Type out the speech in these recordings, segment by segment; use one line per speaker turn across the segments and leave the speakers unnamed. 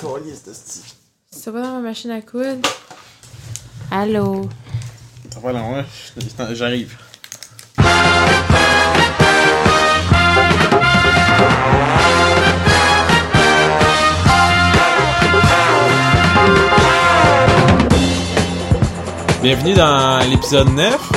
Calice de style.
C'est pas dans ma machine à coudre. Allô?
Voilà, ouais, je- j'arrive. Bienvenue dans l'épisode 9.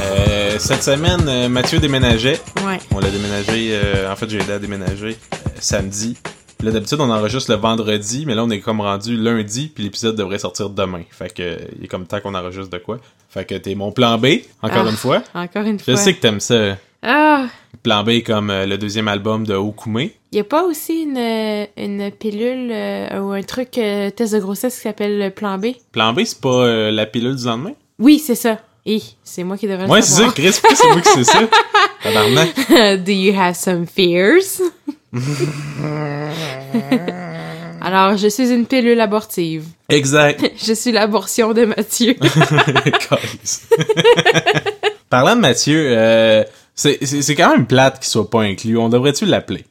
Euh, cette semaine, euh, Mathieu déménageait.
Ouais.
On l'a déménagé, euh, en fait, j'ai aidé à déménager euh, samedi. Puis Là, d'habitude, on enregistre le vendredi, mais là, on est comme rendu lundi, puis l'épisode devrait sortir demain. Fait que, euh, il est comme temps qu'on enregistre de quoi. Fait que t'es mon plan B, encore
Ah,
une fois.
Encore une
Je
fois.
sais que t'aimes ça.
Ah!
Plan B comme euh, le deuxième album de Okume.
Y a pas aussi une, une pilule euh, ou un truc euh, test de grossesse qui s'appelle le plan B?
Plan B, c'est pas euh, la pilule du lendemain?
Oui, c'est ça. Et c'est moi qui devrais
Ouais,
le
c'est ça,
savoir.
Chris, pourquoi c'est moi qui c'est ça. Tabarnak.
Do you have some fears? Alors, je suis une pilule abortive.
Exact.
Je suis l'abortion de Mathieu.
Câlisse. Parlant de Mathieu, euh, c'est- c'est c'est quand même plate qu'il soit pas inclus. On devrait-tu l'appeler?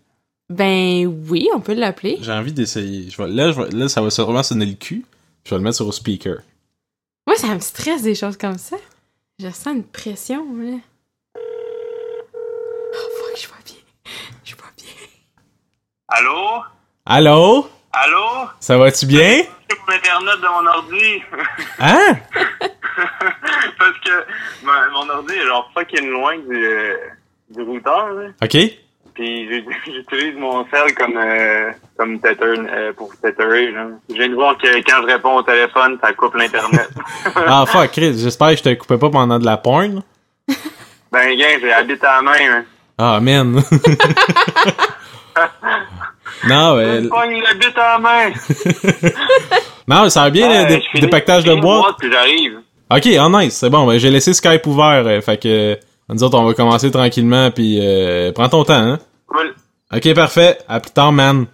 ben oui, on peut l'appeler.
J'ai envie d'essayer. Je vais- là, je vais- là, ça va sûrement sonner le cul. Je vais le mettre sur le speaker.
Moi, ça me stresse des choses comme ça. Je ressens une pression, là. Oh fuck, je vois bien. Je vois bien.
Allô?
Allô?
Allô?
Ça va-tu bien?
C'est mon Internet de mon ordi.
Hein?
Parce que ma- mon ordi est genre fucking loin du, euh, du routeur. là.
OK.
Puis j'ai- j'utilise mon cell comme, euh, comme tether, euh, pour tetterer. là. Je viens de voir que quand je réponds au téléphone, ça coupe l'Internet.
Ah, fuck, Chris, j'espère que je te coupais pas pendant de la porn.
ben, gars, j'habite à la main. hein.
Ah, man. non,
Je
euh,
me pogne la bite à la main.
non, ça va bien, le
Ah, je
dé-
finis-
dépactage
je
de
finis le
boîte.
boîte, puis j'arrive.
OK, ah nice, c'est bon. ben, j'ai laissé Skype ouvert. euh, fait que, euh, nous autres, on va commencer tranquillement, puis euh, prends ton temps, hein.
Cool.
OK, parfait. À plus tard, man.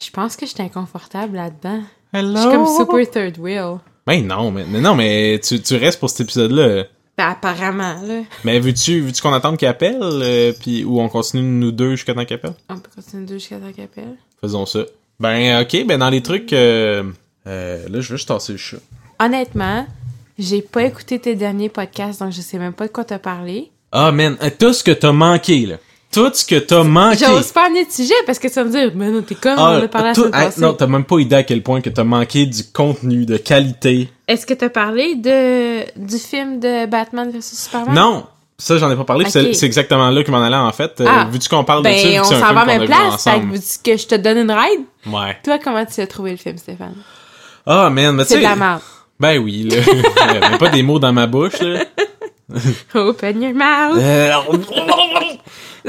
Je pense que je suis inconfortable là-dedans.
Hello?
Je suis comme super third wheel.
Ben non, mais, mais non, mais tu, tu restes pour cet épisode-là.
Ben apparemment, là.
Mais veux-tu veux qu'on attende qu'il appelle, euh, puis, ou on continue nous deux jusqu'à temps qu'il appelle?
On peut continuer deux jusqu'à temps qu'il appelle.
Faisons ça. Ben, OK, ben dans les trucs... euh, euh, là, je veux juste tasser le chat.
Honnêtement, j'ai pas écouté tes derniers podcasts, donc je sais même pas de quoi t'as parlé.
Ah, man, euh, tout ce que t'as manqué, là. Tout ce que t'as manqué.
J'ose pas en être sujet parce que ça me dit, mais non, t'es con,
Ah,
on a parlé la
tout-
semaine
hey,
passée.
non, t'as même pas idée à quel point que t'as manqué du contenu, de qualité.
Est-ce que t'as parlé de, du film de Batman vs Superman?
Non! Ça, j'en ai pas parlé, puis
Ok.
c'est- c'est exactement là que m'en allait, en fait. Euh,
Ah.
Vu-tu qu'on parle de ça, vu
Ben,
que
on
c'est un
s'en
film
va à
qu'on a
ma
vu
place. Fait que,
ensemble.
veux-tu que je te donne une ride?
Ouais.
Toi, comment tu as trouvé le film, Stéphane?
Ah, man, mais tu
C'est de
sais...
la merde.
Ben oui, là. Ouais, mais pas des mots dans ma bouche, là.
Open your mouth!
Euh,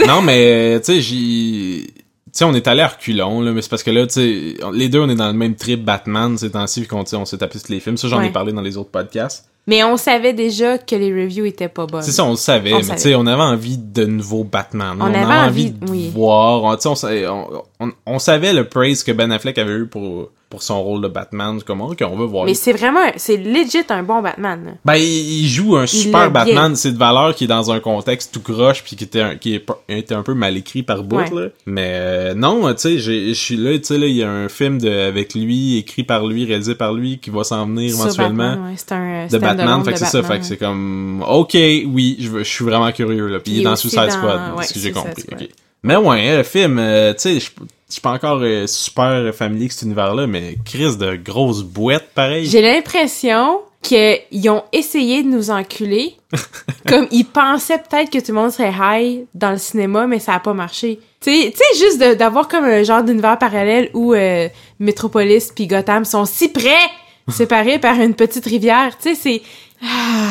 non, mais, euh, tu sais, j'y... Tu sais, on est allé à reculons, là, mais c'est parce que là, tu sais, on- les deux, on est dans le même trip Batman ces temps-ci, vu qu'on tu sais, on s'est tapé tous les films. Ça, j'en
Ouais.
ai parlé dans les autres podcasts.
Mais on savait déjà que les reviews étaient pas bonnes.
C'est ça, on le savait,
On
mais
savait.
tu sais, on avait envie de nouveaux Batman.
On
avait
avait envie-
de
oui.
voir. On, tu sais, on, sa- on, on- on savait le praise que Ben Affleck avait eu pour, pour son rôle de Batman. Comme, OK, on veut voir.
Mais c'est vraiment, un- c'est legit un bon Batman. là.
Ben, il il joue un
l'a
super
bien.
Batman, c'est de valeur qui est dans un contexte tout croche puis qui était un, qui est pas- était un peu mal écrit par bout
Ouais.
là. Mais euh, non, tu sais, j'ai- je suis là, tu sais là, il y a un film de avec lui, écrit par lui, réalisé par lui qui va s'en venir
Sur
éventuellement
Batman, ouais, c'est un euh,
de
stand-alone
Batman, fait
de
que c'est ça,
Batman,
fait que c'est comme OK, oui, je veux- je suis vraiment curieux là. Puis il
Il
est
est
dans
aussi
Suicide
dans-
Squad,
ouais,
ce que j'ai
Suicide
compris.
Squad.
ok. Mais ouais, hein, le film, euh, tu sais, je je suis pas encore euh, super familier avec cet univers-là, mais crise de grosse boîte pareil.
J'ai l'impression qu'ils ont essayé de nous enculer. comme ils pensaient peut-être que tout le monde serait high dans le cinéma, mais ça a pas marché. Tu sais- tu sais, juste de- d'avoir comme un genre d'univers parallèle où euh, Metropolis puis Gotham sont si près, séparés par une petite rivière. Tu sais, c'est... Ah.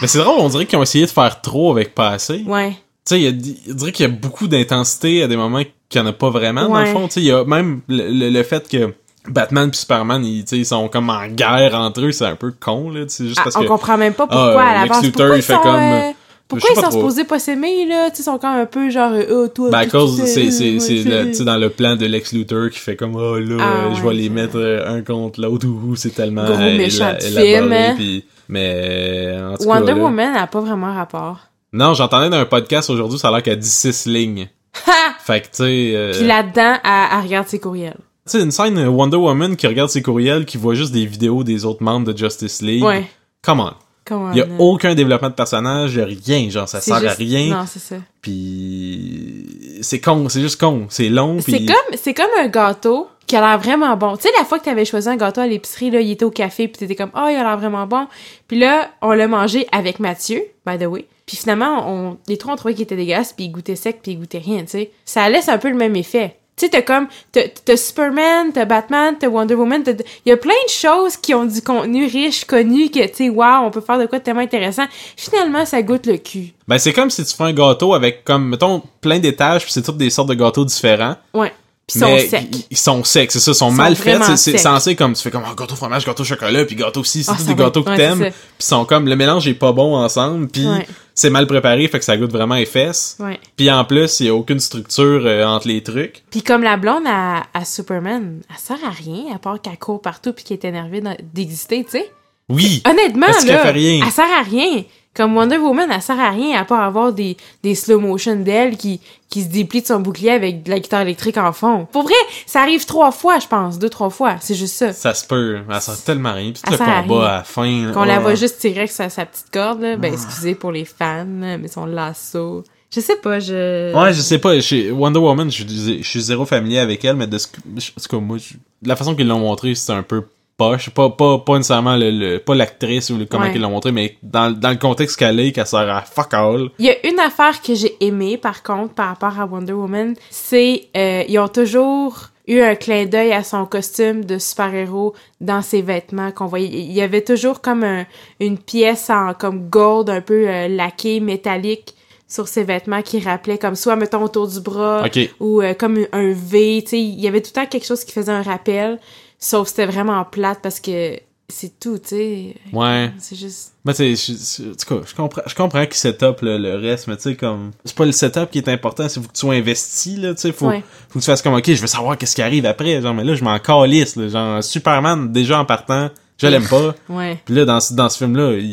Mais c'est drôle, on dirait qu'ils ont essayé de faire trop avec pas assez.
Ouais.
Tu sais, il y a- il dirait qu'il y a beaucoup d'intensité à des moments qu'il n'y en a pas vraiment, dans le
Ouais.
fond. Tu sais, il y a même le, le- le fait que Batman puis Superman, ils, tu sais, ils sont comme en guerre entre eux, c'est un peu con, là. C'est juste
Ah,
parce
on
que...
comprend même pas pourquoi
Ah, euh,
à la
Lex
base.
Luthor,
Pourquoi
il
ils
fait
sont,
comme,
euh, pourquoi
sais
ils
pas
sont
trop.
supposés pas s'aimer, là? Tu sais, ils sont comme un peu genre, euh, oh, toi,
Ben, à
qu'est-ce
cause,
que tu
c'est,
fais?
c'est,
Ouais,
c'est,
c'est-
le- tu sais, dans le plan de Lex Luthor qui fait comme, oh là,
Ah,
euh, je
ouais,
vais les
c'est
mettre euh, un contre l'autre, ou ou, c'est tellement euh,
Gros méchant
éla-
de film, hein.
puis- mais, euh, en tout cas,
Wonder
là-
Woman n'a pas vraiment rapport.
Non, j'entendais dans un podcast aujourd'hui, ça a l'air qu'il y a 16 lignes.
Ha!
Fait que, tu sais. euh,
Puis là-dedans, elle, elle regarde ses courriels.
tu sais, une scène euh, Wonder Woman qui regarde ses courriels, qui voit juste des vidéos des autres membres de Justice League.
Ouais.
Come on.
Comment?
Il y a
euh,
aucun développement de personnage, y a rien, genre ça
c'est
sert à
juste-
rien.
Non, c'est ça.
Puis c'est con, c'est juste con, c'est long.
C'est
Puis
comme, c'est comme un gâteau qui a l'air vraiment bon. Tu sais, la fois que t'avais choisi un gâteau à l'épicerie, là, il était au café, puis t'étais comme, oh, il a l'air vraiment bon. Puis là, on l'a mangé avec Mathieu, by the way. Puis finalement, on, les trois, on trouvait qu'il était dégueulasse, puis il goûtait sec, puis il goûtait rien, tu sais. Ça laisse un peu le même effet. Tu sais, t'as comme, t'as- t'as Superman, t'as Batman, t'as Wonder Woman, t'as- il y a plein de choses qui ont du contenu riche, connu, que, tu sais, waouh, on peut faire de quoi de tellement intéressant. Finalement, ça goûte le cul.
ben c'est comme si tu fais un gâteau avec comme mettons plein d'étages, puis c'est toutes des sortes de gâteaux différents.
Ouais. Puis ils sont
mais
secs.
Ils, ils sont secs, c'est ça, ils sont,
Ils
mal
sont
faits.
vraiment
c'est- C'est
secs.
censé comme tu fais comme oh, gâteau fromage, gâteau chocolat, puis gâteau ci, c'est
Ah,
tous
ça
des
va.
gâteaux que
Ouais,
t'aimes.
c'est ça.
Puis ils sont comme le mélange est pas bon ensemble, puis
Ouais.
c'est mal préparé, fait que ça goûte vraiment les fesses.
Ouais.
Puis en plus, il y a aucune structure euh, entre les trucs.
Puis comme la blonde à, à Superman, elle sert à rien à part qu'elle court partout puis qu'elle est énervée dans- d'exister, tu sais.
Oui.
Honnêtement,
Est-ce qu'elle
là,
fait rien?
elle sert à rien. Comme Wonder Woman, elle sert à rien à part avoir des, des slow motion d'elle qui, qui se déplie de son bouclier avec de la guitare électrique en fond. Pour vrai, ça arrive trois fois, je pense, deux, trois fois. C'est juste ça.
Ça se peut. Elle sert tellement rien. Puis tout
Elle
le
Ah, sert à
combat
rien.
à la fin.
Qu'on la
oh.
voit juste tirer avec sa, sa petite corde, là. Ben, excusez pour les fans, là, mais son lasso. Je sais pas, je...
Ouais, je sais pas. Chez Wonder Woman, je, dis- je suis zéro familier avec elle, mais de ce que. je- En tout cas, moi, je- de la façon qu'ils l'ont montré, c'est un peu poche. Pas, pas, pas nécessairement le, le- pas l'actrice ou le, comment
Ouais.
qu'ils l'ont montré, mais dans, dans le contexte qu'elle est, qu'elle sert à fuck all.
Il y a une affaire que j'ai aimée, par contre, par rapport à Wonder Woman, c'est euh, ils ont toujours eu un clin d'œil à son costume de super-héros dans ses vêtements qu'on voyait. Il y avait toujours comme un- une pièce en comme gold un peu euh, laquée, métallique sur ses vêtements qui rappelait comme soit mettons autour du bras
Ok.
ou euh, comme un V, tu sais, il y avait tout le temps quelque chose qui faisait un rappel, sauf que c'était vraiment plate parce que c'est tout, tu sais.
Ouais.
C'est juste
Mais tu sais, je- je- en tout cas, je comprends, je comprends qu'ils setup le, le reste, mais tu sais, comme. C'est pas le setup qui est important, c'est faut que tu sois investi, là, tu sais. Faut,
Ouais.
faut que tu fasses comme, ok, je veux savoir qu'est-ce qui arrive après. Genre, mais là, je m'en calisse, là. Genre, Superman, déjà en partant, je l'aime pas.
ouais.
Puis là, dans, ce- dans ce film-là, il,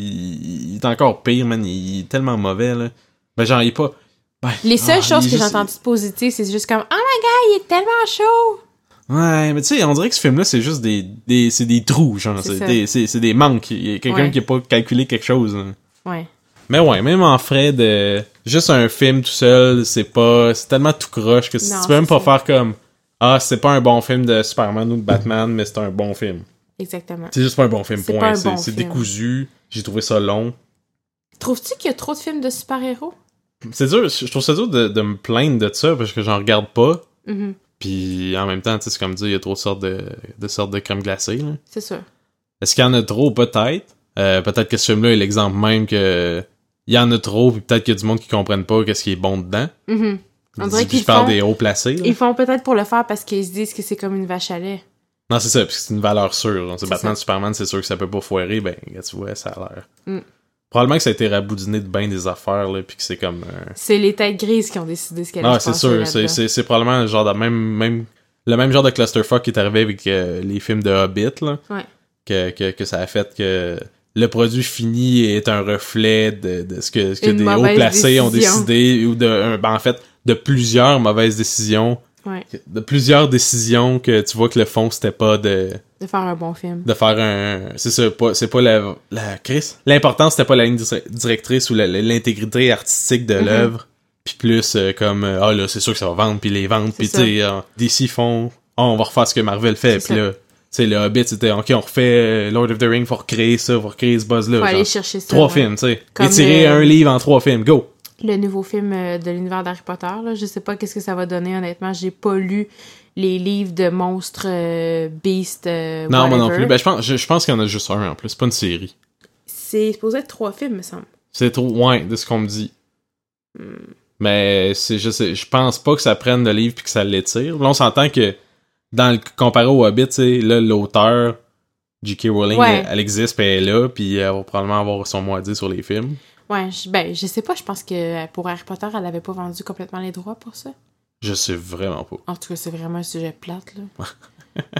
il est encore pire, man. Il, est tellement mauvais, là. Ben, genre, il est pas. ben,
Les
ah,
seules choses
il
que
est
j'ai
juste-
entendues de positif, c'est juste comme Oh my god, il est tellement chaud!
Ouais, mais tu sais, on dirait que ce film-là, c'est juste des, des, c'est des trous, genre.
C'est
C'est
ça.
des, c'est- c'est des manques. Il y a quelqu'un
Ouais.
qui a pas calculé quelque chose, hein. là.
Ouais.
Mais ouais, même en frais de juste un film tout seul, c'est pas c'est tellement tout croche que si
Non,
tu peux même
c'est
pas
ça.
faire comme ah, c'est pas un bon film de Superman ou de Batman, mais c'est un bon film.
Exactement.
C'est juste pas un bon film
C'est
point,
pas un
c'est
bon
c'est
film.
décousu, j'ai trouvé ça long.
Trouves-tu qu'il y a trop de films de super-héros?
C'est dur, je trouve ça dur de, de me plaindre de ça parce que j'en regarde pas.
Mhm,
Puis en même temps, tu sais, c'est comme dire il y a trop de sortes de, de sortes de crème glacée. là.
C'est sûr.
Est-ce qu'il y en a trop? Peut-être. Euh, peut-être que ce film-là est l'exemple même que il y en a trop, puis peut-être qu'il y a du monde qui comprenne pas qu'est-ce qui est bon dedans.
Mhm. On dirait
Puis je
qu'ils
parle
font-
des hauts placés. là.
Ils font peut-être pour le faire parce qu'ils se disent que c'est comme une vache à lait.
Non, c'est ça, parce que c'est une valeur sûre. genre. C'est
C'est
Batman, Superman, c'est sûr que ça peut pas foirer, ben, regarde, tu vois, ça a l'air.
Mm.
Probablement que ça a été raboudiné de bien des affaires, là, puis que c'est comme. euh,
C'est les têtes grises qui ont décidé ce qu'elle
Ah, c'est sûr, c'est- c'est c'est probablement le genre de même, même, le même genre de clusterfuck qui est arrivé avec euh, les films de Hobbit, là.
Ouais.
Que, que, que ça a fait que le produit fini est un reflet de, de ce que, ce que
Une
des hauts
mauvaise
placés ont
décision.
décidé, ou de, un- ben, en fait, de plusieurs mauvaises décisions,
Ouais.
de plusieurs décisions que tu vois que le fond, c'était pas de.
De faire un bon film.
de faire un c'est ça pas c'est pas la la Chris l'important c'était pas la ligne dir- directrice ou la- la- l'intégrité artistique de
Mhm.
l'œuvre puis plus euh, comme euh, ah là c'est sûr que ça va vendre puis les ventes puis tu
C'est
sais euh, DC font Ah, on va refaire ce que Marvel fait
C'est
puis
ça.
là tu sais le Hobbit c'était ok on refait euh, Lord of the Rings pour créer ça pour créer ce buzz là
Faut aller chercher ça.
trois
ouais.
films tu sais
Comme,
étirer
euh,
un livre en trois films go
Le nouveau film euh, de l'univers d'Harry Potter, là. Je sais pas qu'est-ce que ça va donner, honnêtement. J'ai pas lu les livres de monstres, euh, beasts, euh,
non moi non
whatever.
plus ben je pense je, je pense qu'il y en a juste un en plus c'est pas une série
C'est supposé être trois films, me semble.
C'est trop loin de ce qu'on me dit.
Hmm.
Mais c'est je sais, je pense pas que ça prenne le livre puis que ça l'étire. Là, on s'entend que dans le comparé au Hobbit, tu sais, là l'auteur J.K. Rowling,
Ouais.
elle, elle existe puis elle est là puis elle va probablement avoir son mot à dire sur les films.
Ouais, je, ben, je sais pas, je pense que euh, pour Harry Potter, elle avait pas vendu complètement les droits pour ça.
Je sais vraiment pas.
En tout cas, c'est vraiment un sujet plate, là.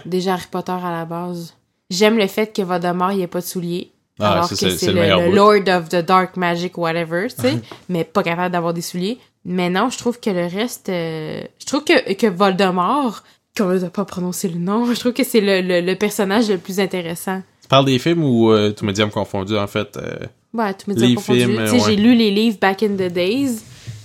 Déjà Harry Potter à la base. J'aime le fait que Voldemort, il n'y a pas de souliers.
Ah,
alors
ça,
que
c'est-
c'est
c'est le
le,
meilleur
le
bout.
Lord of the Dark Magic, whatever, tu sais. mais pas capable d'avoir des souliers. Mais non, je trouve que le reste... euh, je trouve que, que Voldemort, qu'on ne pas prononcé le nom, je trouve que c'est le, le, le personnage le plus intéressant.
Tu parles des films ou euh, tout médium confondu, en fait. euh,
Ouais, tout me
Les
dire confondu.
films,
oh Tu sais,
ouais.
j'ai lu les livres Back in the Days.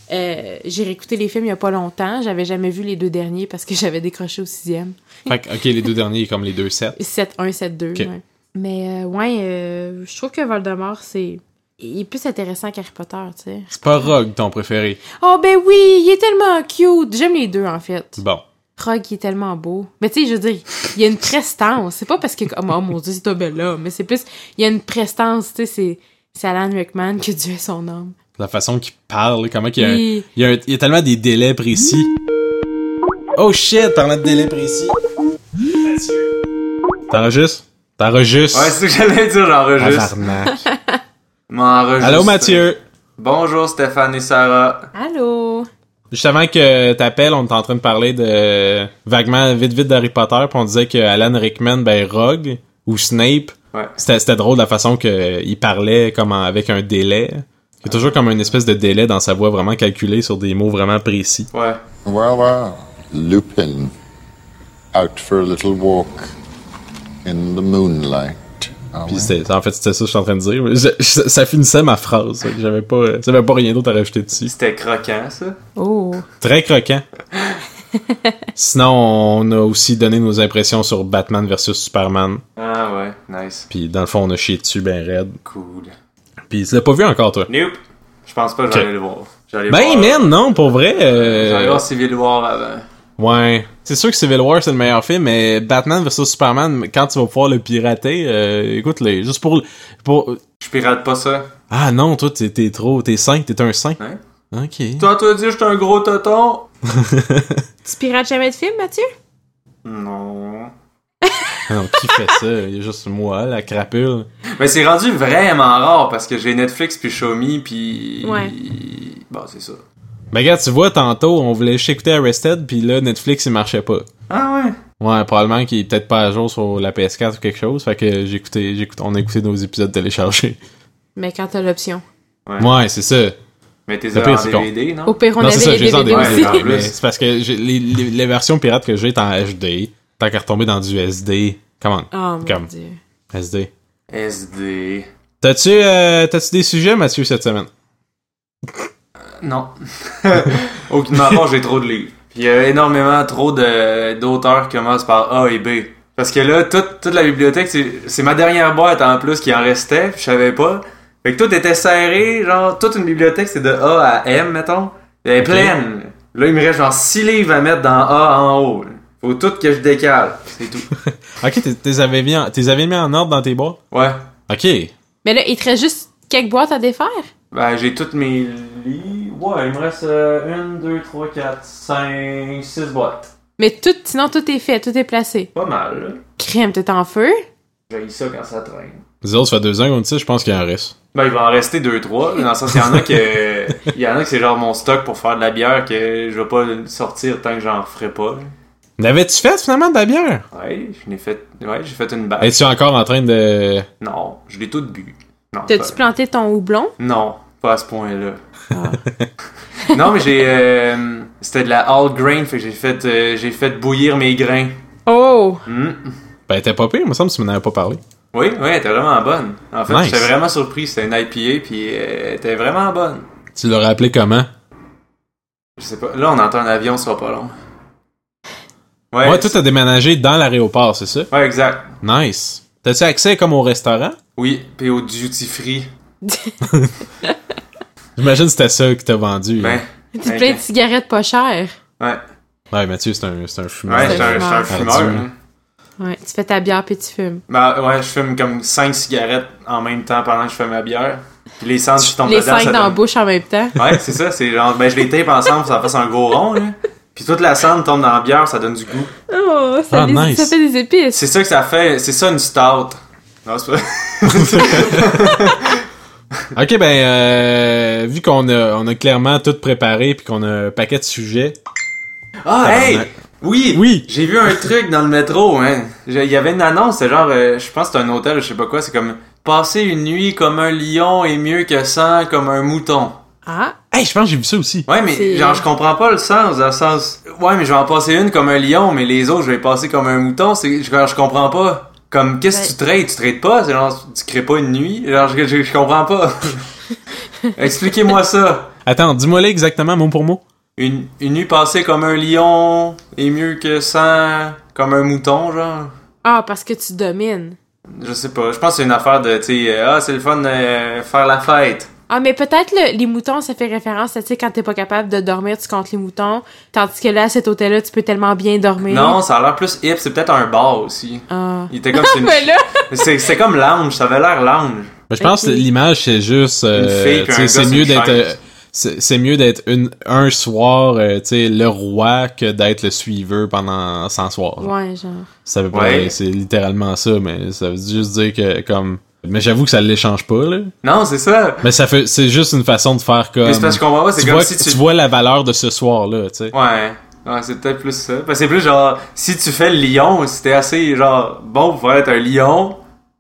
Euh, j'ai réécouté les films il y a pas longtemps. J'avais jamais vu les deux derniers parce que j'avais décroché au sixième.
fait que, OK, les deux derniers, comme les deux sets.
7-1, 7-2.
Ok.
ouais. Mais euh, ouais, euh, je trouve que Voldemort, c'est. Il est plus intéressant qu'Harry Potter, tu sais.
C'est pas Rogue, ton préféré.
Oh ben oui, il est tellement cute. J'aime les deux en fait.
Bon.
Rogue, il est tellement beau. Mais tu sais, je veux dire, il y a une prestance. C'est pas parce que comme oh mon dieu, c'est un bel homme, mais c'est plus il y a une prestance, tu sais, c'est c'est Alan Rickman que Dieu est son homme.
La façon qu'il parle, comment qu'il y a, un-
Oui.
il y a un- il y a tellement des délais précis. Oh shit, parlant de délais précis. T'enregistres? T'enregistres?
Ouais, c'est ce que j'allais dire, j'enregistre.
Tabarnak.
M'enregistre.
Allô
euh,
Mathieu?
Bonjour Stéphane et Sarah.
Allô.
Juste avant que t'appelles, on était en train de parler de vaguement vite vite d'Harry Potter, puis on disait que Alan Rickman, ben Rogue ou Snape,
Ouais.
c'était c'était drôle la façon qu'il parlait comme en- avec un délai. Il y a toujours comme une espèce de délai dans sa voix vraiment calculée sur des mots vraiment précis.
Ouais.
Well, well, Lupin, out for a little walk in the moonlight. Ah
Puis
ouais?
c'était- en fait c'était ça que je suis en train de dire. Je- je- ça finissait ma phrase. fait que J'avais pas, euh, j'avais pas rien d'autre à rajouter dessus.
C'était croquant, ça.
Oh.
Très croquant. Sinon, on a aussi donné nos impressions sur Batman versus Superman.
Ah ouais, nice.
Puis dans le fond, on a chié dessus ben raide.
Cool.
Puis tu l'as pas vu encore, toi?
Nope. Je pense pas que j'allais le voir. J'allais
Ben,
voir...
man, non, pour vrai. euh,
J'allais voir Civil War avant.
Ouais. C'est sûr que Civil War, c'est le meilleur film, mais Batman vs Superman, quand tu vas pouvoir le pirater, euh, écoute, les, juste pour, pour...
Je pirate pas ça.
Ah non, toi, t'es, t'es trop... T'es 5, t'es un 5.
Hein?
Ok.
Toi, toi, dis, j'étais un gros tonton.
Tu pirates jamais de film, Mathieu?
Non.
non, qui fait ça? Il y a juste moi, la crapule.
Mais c'est rendu vraiment rare parce que j'ai Netflix puis Xiaomi puis.
Ouais.
Bon, c'est ça.
Ben regarde, tu vois, tantôt, on voulait juste écouter Arrested, puis là, Netflix, il marchait pas.
Ah ouais.
Ouais, probablement qu'il est peut-être pas à jour sur la PS4 ou quelque chose, fait que j'ai écouté, j'ai écouté- on a écouté nos épisodes téléchargés.
Mais quand t'as l'option.
Ouais, c'est ça.
Mais t'es
Le pire,
en
c'est qu'on-
DVD, non?
Au pire, on
Non,
avait
c'est ça,
les
je les ai en
DVD aussi.
DVD.
aussi.
Mais c'est parce que j'ai- les, les- les versions pirates que j'ai est en HD. Tant qu'à retomber dans du SD. Comment?
Oh mon
Comme.
dieu.
SD.
SD.
T'as-tu euh, t'as-tu des sujets, Mathieu, cette semaine?
Non. Aucunement part, j'ai trop de livres. Puis il y a énormément trop de- d'auteurs qui commencent par A et B. Parce que là, toute, toute la bibliothèque, c'est c'est ma dernière boîte en plus qui en restait, puis je savais pas. Fait que tout était serré, genre, toute une bibliothèque, c'est de A à M, mettons. Elle est
Ok.
pleine. Là, il me reste genre 6 livres à mettre dans A en haut. Faut tout que je décale. C'est tout.
Ok, t'es- t'es avais mis, en- t'es avais mis en ordre dans tes boîtes?
Ouais.
Ok.
Mais là, il te reste juste quelques boîtes à défaire.
Ben, j'ai toutes mes livres. Ouais, il me reste euh, 1, 2, 3, 4, 5, 6 boîtes.
Mais tout, sinon, tout est fait, tout est placé.
Pas mal, là.
Crème, t'es en feu.
J'ai ça quand ça traîne.
Nous autres, ça fait deux ans qu'on dit ça, je pense qu'il en reste.
Ben, il va en rester deux, trois. Dans le sens, il y en a que, il y en a que c'est genre mon stock pour faire de la bière que je vais pas sortir tant que j'en ferai pas.
L'avais-tu fait finalement de la bière?
Ouais, je n'ai fait, ouais, j'ai fait une batch.
Ah. Es-tu encore en train de.
Non, je l'ai tout bu. Non.
T'as-tu
pas-
planté ton houblon?
Non, pas à ce point-là. non, mais j'ai, euh, c'était de la all grain, fait que j'ai fait, euh, j'ai fait bouillir mes grains.
Oh!
Hmm.
Ben, t'es pas pire, il me semble que tu m'en avais pas parlé.
Oui, oui, elle était vraiment bonne. En fait,
Nice.
j'étais vraiment surpris. C'était une IPA, puis euh, elle était vraiment bonne.
Tu l'aurais appelé comment?
Je sais pas. Là, on entend un avion, ça va pas long. Ouais.
Ouais, toi, t'as déménagé dans l'aéroport, c'est ça?
Ouais, exact.
Nice. T'as-tu accès comme au restaurant?
Oui, puis au duty free.
J'imagine que c'était ça que t'as vendu.
Ben,
T'es
Ok.
plein de cigarettes pas chères.
ouais.
Ouais, Mathieu, c'est un, c'est un fumeur.
Ouais,
c'est
j'étais un,
fumeur.
j'étais un fumeur.
Adieu.
hein.
Ouais, tu fais ta bière puis tu fumes.
Ben, ouais, je fume comme 5 cigarettes en même temps pendant que je fais ma bière. Puis les cendres qui tombent
Les
dedans,
cinq
ça
dans la
donne-
bouche en même temps.
Ouais, c'est ça. C'est genre, ben, je les tape ensemble, pour que ça fasse un gros rond, là. Puis toute la cendre tombe dans la bière, ça donne du goût.
Oh, ça,
Ah,
les-
nice.
ça fait des épices.
C'est ça que ça fait. C'est ça une stout. Non, c'est pas.
Ok, ben, euh, vu qu'on a, on a clairement tout préparé puis qu'on a un paquet de sujets.
Ah, hey!
Tabarnak.
Oui!
Oui.
J'ai vu un truc dans le métro, hein. J'ai- Il y avait une annonce, c'est genre, euh, je pense que c'est un hôtel, je sais pas quoi, c'est comme passer une nuit comme un lion est mieux que 100 comme un mouton.
Ah,
Hey, je pense que j'ai vu ça aussi.
Ouais, mais
C'est-
genre, je comprends pas le sens, dans le sens. Ouais, mais je vais en passer une comme un lion, mais les autres, je vais les passer comme un mouton. C'est, je, je comprends pas. Comme, qu'est-ce que tu traites? Tu traites pas? C'est genre, tu crées pas une nuit? Genre, je, je, je comprends pas. Expliquez-moi ça.
Attends, dis-moi là exactement mot pour mot.
Une, une nuit passée comme un lion est mieux que sans, comme un mouton, genre.
ah parce que tu domines.
Je sais pas. Je pense que c'est une affaire de, tu sais, euh, ah, c'est le fun de euh, faire la fête.
Ah, mais peut-être le- les moutons, ça fait référence à, tu sais, quand t'es pas capable de dormir, tu comptes les moutons. Tandis que là, à cet hôtel-là, tu peux tellement bien dormir.
Non, ça a l'air plus hip. C'est peut-être un bar aussi.
Ah.
Il était comme, c'est une-
Mais là,
c'est, c'est comme lounge. Ça avait l'air lounge.
Mais Ben, je pense
Ok.
que l'image, c'est juste. euh,
Une fille puis
tu
un
sais,
gars
c'est
sur
mieux
une
d'être.
chaise.
euh, c'est c'est mieux d'être une- un soir, euh, tu sais, le roi que d'être le suiveur pendant 100 soirs. genre.
ouais, genre.
Ça veut pas
Ouais.
dire- c'est littéralement ça, mais ça veut juste dire que, comme. Mais j'avoue que ça l'échange pas, là.
Non, c'est ça.
Mais ça fait, c'est juste une façon de faire comme.
Mais c'est parce qu'on va voir, c'est
tu,
comme
vois,
si tu.
tu vois la valeur de ce soir-là, tu sais.
Ouais. Ouais, c'est peut-être plus ça. Parce que c'est plus genre, si tu fais le lion, si t'es assez genre bon pour pouvoir être un lion,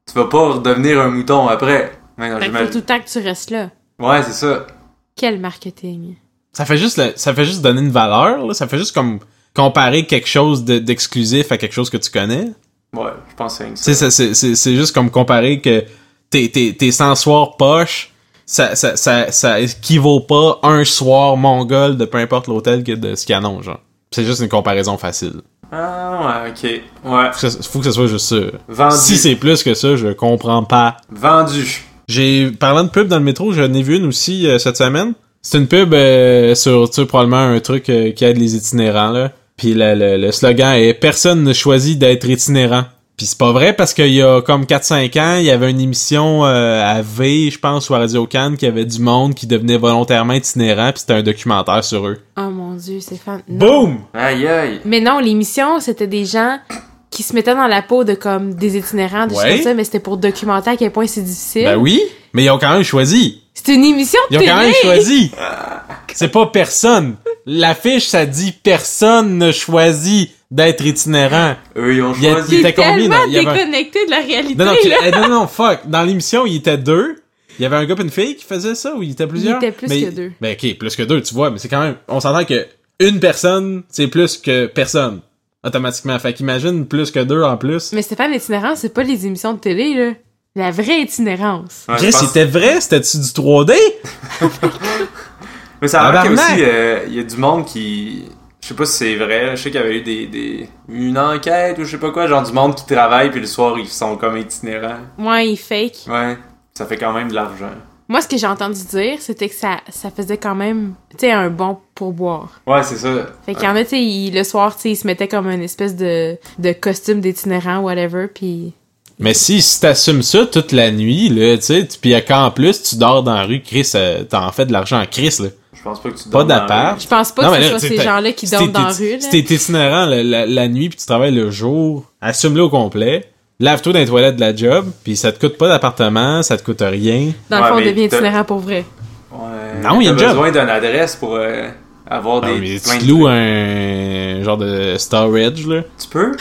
tu vas pas redevenir un mouton après. Ouais,
Fait que
non,
faut
j'imagine.
tout le temps que tu restes là.
Ouais, c'est ça.
Quel marketing.
Ça fait juste, la- ça fait juste donner une valeur, là. Ça fait juste comme comparer quelque chose de- d'exclusif à quelque chose que tu connais.
Ouais, je pense que c'est une-
Tu sais, ça, c'est- c'est c'est juste comme comparer que tes- tes tes 100 soirs poche, ça, ça, ça, ça équivaut pas un soir mongol de peu importe l'hôtel que de Scanon, genre. C'est juste une comparaison facile.
Ah, ouais, ok. Ouais.
Faut que ce- faut que ce soit juste ça.
Vendu.
Si c'est plus que ça, je comprends pas.
Vendu.
J'ai parlant de pub dans le métro, j'en ai vu une aussi euh, cette semaine. C'est une pub euh, sur tu sais, probablement un truc euh, qui aide les itinérants là. Puis la- le, le slogan est personne ne choisit d'être itinérant. Puis c'est pas vrai parce qu'il y a comme 4-5 ans, il y avait une émission euh, à V, je pense, ou à Radio Cannes, qui avait du monde qui devenait volontairement itinérant, puis c'était un documentaire sur eux.
Oh mon dieu, c'est fan. Non.
Boom!
Aïe, aïe.
Mais non, l'émission, c'était des gens qui se mettaient dans la peau de comme des itinérants, des
Ouais.
choses comme ça, mais c'était pour documenter à quel point c'est difficile.
Ben oui, mais ils ont quand même choisi.
C'est une émission de
Ils ont
télé.
quand même choisi. C'est pas personne. L'affiche, ça dit personne ne choisit d'être itinérant.
Eux, ils ont
Il y a-
choisi.
il
C'est
était combien,
tellement
là? Il y avait un-
déconnecté de la réalité.
Non, non, qui-
là.
eh, non, non, fuck. Dans l'émission, il était deux. Il y avait un gars et une fille qui faisait ça ou il était plusieurs?
était plus
Mais-
que deux.
Ben, ok, plus que deux, tu vois, mais c'est quand même. On s'entend que une personne, c'est plus que personne. Automatiquement. Fait qu'imagine plus que deux en plus.
Mais Stéphane, l'itinérance, c'est pas les émissions de télé, là. La vraie itinérance.
Ouais, je
Chris,
pense-
c'était vrai? C'était-tu du 3D?
Mais ça a l'air qu'il y a
Tabarnak.
aussi, euh, il y a du monde qui. Je sais pas si c'est vrai, je sais qu'il y avait eu des, des- une enquête ou je sais pas quoi, genre du monde qui travaille puis le soir ils sont comme itinérants.
Ouais, il fake.
Ouais, ça fait quand même de l'argent.
Moi, ce que j'ai entendu dire, c'était que ça, ça faisait quand même, tu sais, un bon pourboire.
Ouais, c'est ça.
Fait qu'il y en a, tu sais, ils- le soir, tu sais, ils se mettaient comme une espèce de, de costume d'itinérant, whatever, puis...
Mais si, si t'assumes ça toute la nuit, là, tu sais, tu- pis qu'en plus tu dors dans la rue, Chris, euh, t'en fais de l'argent en Chris, là.
Je pense pas que tu
Pas
dormes dans la
d'appart.
rue.
Je pense pas
Non, mais
que
là,
ce soit
tu sais,
ces
t'as-
gens-là qui
Si
dorment
t'es-
dans la
t'es-
rue, là.
Si t'es itinérant la, la- la nuit puis tu travailles le jour, assume-le au complet. Lave-toi dans les toilettes de la job, puis ça te coûte pas d'appartement, ça te coûte rien.
Dans le
Ouais,
fond, on
mais
devient
t'as-
itinérant pour vrai.
Ouais,
Non, il y a
t'as
une job.
besoin d'une adresse pour euh, avoir
Ah,
des.
mais tu
plein
te
de
loues un
trucs.
genre de storage, là.
Tu peux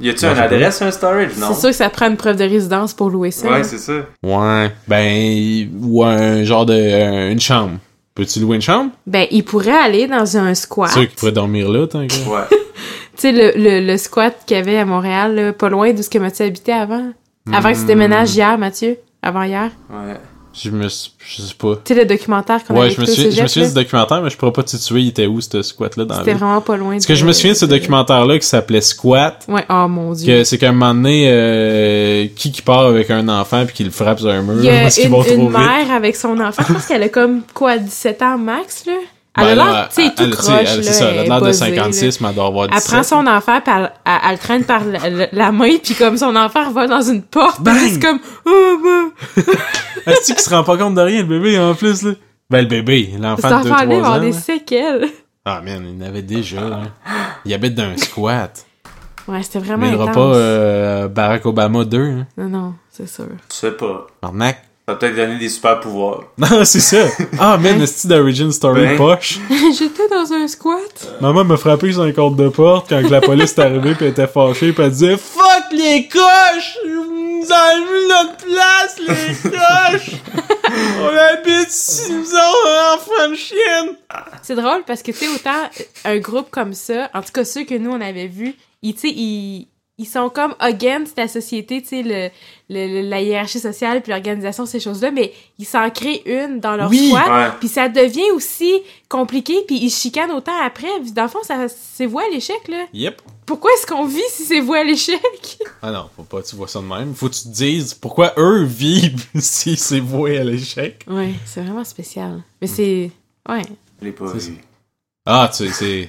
Y a-tu
Non,
une
je peux.
adresse, un storage Non.
C'est sûr que ça prend une preuve de résidence pour louer ça.
Ouais,
là.
c'est ça.
Ouais. Ben, ou un genre de... euh, une chambre. Peux-tu louer une chambre?
ben, ils pourraient aller dans un squat.
Sûr qu'ils pourraient dormir là, tant que...
Ouais.
Tu sais, le, le, le squat qu'il y avait à Montréal, là, pas loin d'où ce que Mathieu habitait avant. Avant que tu
Hmm.
déménages hier, Mathieu. Avant hier.
ouais.
Je me... suis- Je sais pas.
Tu sais, le documentaire qu'on
Ouais,
avait
je me,
écouté au
suis, je me
cégep,
souviens
là,
du documentaire, mais je pourrais pas te situer, il était où, ce squat-là, dans la
C'était
ville.
vraiment pas loin.
Parce que je me souviens de ce documentaire-là qui s'appelait Squat,
Ouais, oh mon dieu.
que c'est qu'à un moment donné, euh, qui qui part avec un enfant puis qui le frappe sur un mur
Il y a
parce qu'ils
une,
vont trop
une
vite.
mère avec son enfant, je pense qu'elle a comme, quoi, 17 ans max, là?
Ben,
Elle a
là,
l'air, tu sais,
elle-
tout
tu
croche,
sais,
là.
elle- C'est ça, elle a
est
l'air de
buzzée, là.
56, mais elle doit avoir
Elle
17.
prend son enfant, puis elle, elle- elle le traîne par la, la- la main, puis comme son enfant va dans une porte, puis
Bang!
c'est comme... Oh, ben,
Est-ce qu'il se rend pas compte de rien, le bébé, en plus, là? Ben, le bébé,
cet
l'enfant de 2-3
enfant-là va
ans.
avoir des
là.
séquelles.
Ah, man, il en avait déjà, là. Il habite dans un squat.
Ouais, c'était
Il
vraiment
mènera
intense.
pas euh, Barack Obama 2, hein.
Non, non, c'est sûr.
Tu sais pas.
Arnaque.
Ça va peut-être donner des super pouvoirs.
Non, c'est ça. Ah, man, le style d'Origin Story
Ben.
poche.
J'étais dans un squat.
Maman m'a frappé sur un compte de porte quand que la police est arrivée pis elle était fâchée pis elle disait Fuck les coches! Vous nous enlevez notre place, les coches! On habite si nous avons un enfant de chienne!
C'est drôle parce que, tu sais, autant un groupe comme ça, en tout cas ceux que nous, on avait vus, ils, tu sais, ils, ils sont comme against la société, tu sais, le, le- le- la hiérarchie sociale puis l'organisation, ces choses-là, mais ils s'en créent une dans leur
Oui,
squat.
ouais.
Puis ça devient aussi compliqué, puis ils se chicanent autant après. Puis Dans le fond, ça- c'est voué à l'échec, là.
Yep.
Pourquoi est-ce qu'on vit si c'est voué à l'échec?
Ah non, faut pas que tu vois ça de même. Faut que tu te dises pourquoi eux vivent si c'est voué à l'échec.
Ouais, c'est vraiment spécial. Mais c'est... Ouais.
Je l'ai pas
C'est-
vu.
Ah, tu sais, c'est.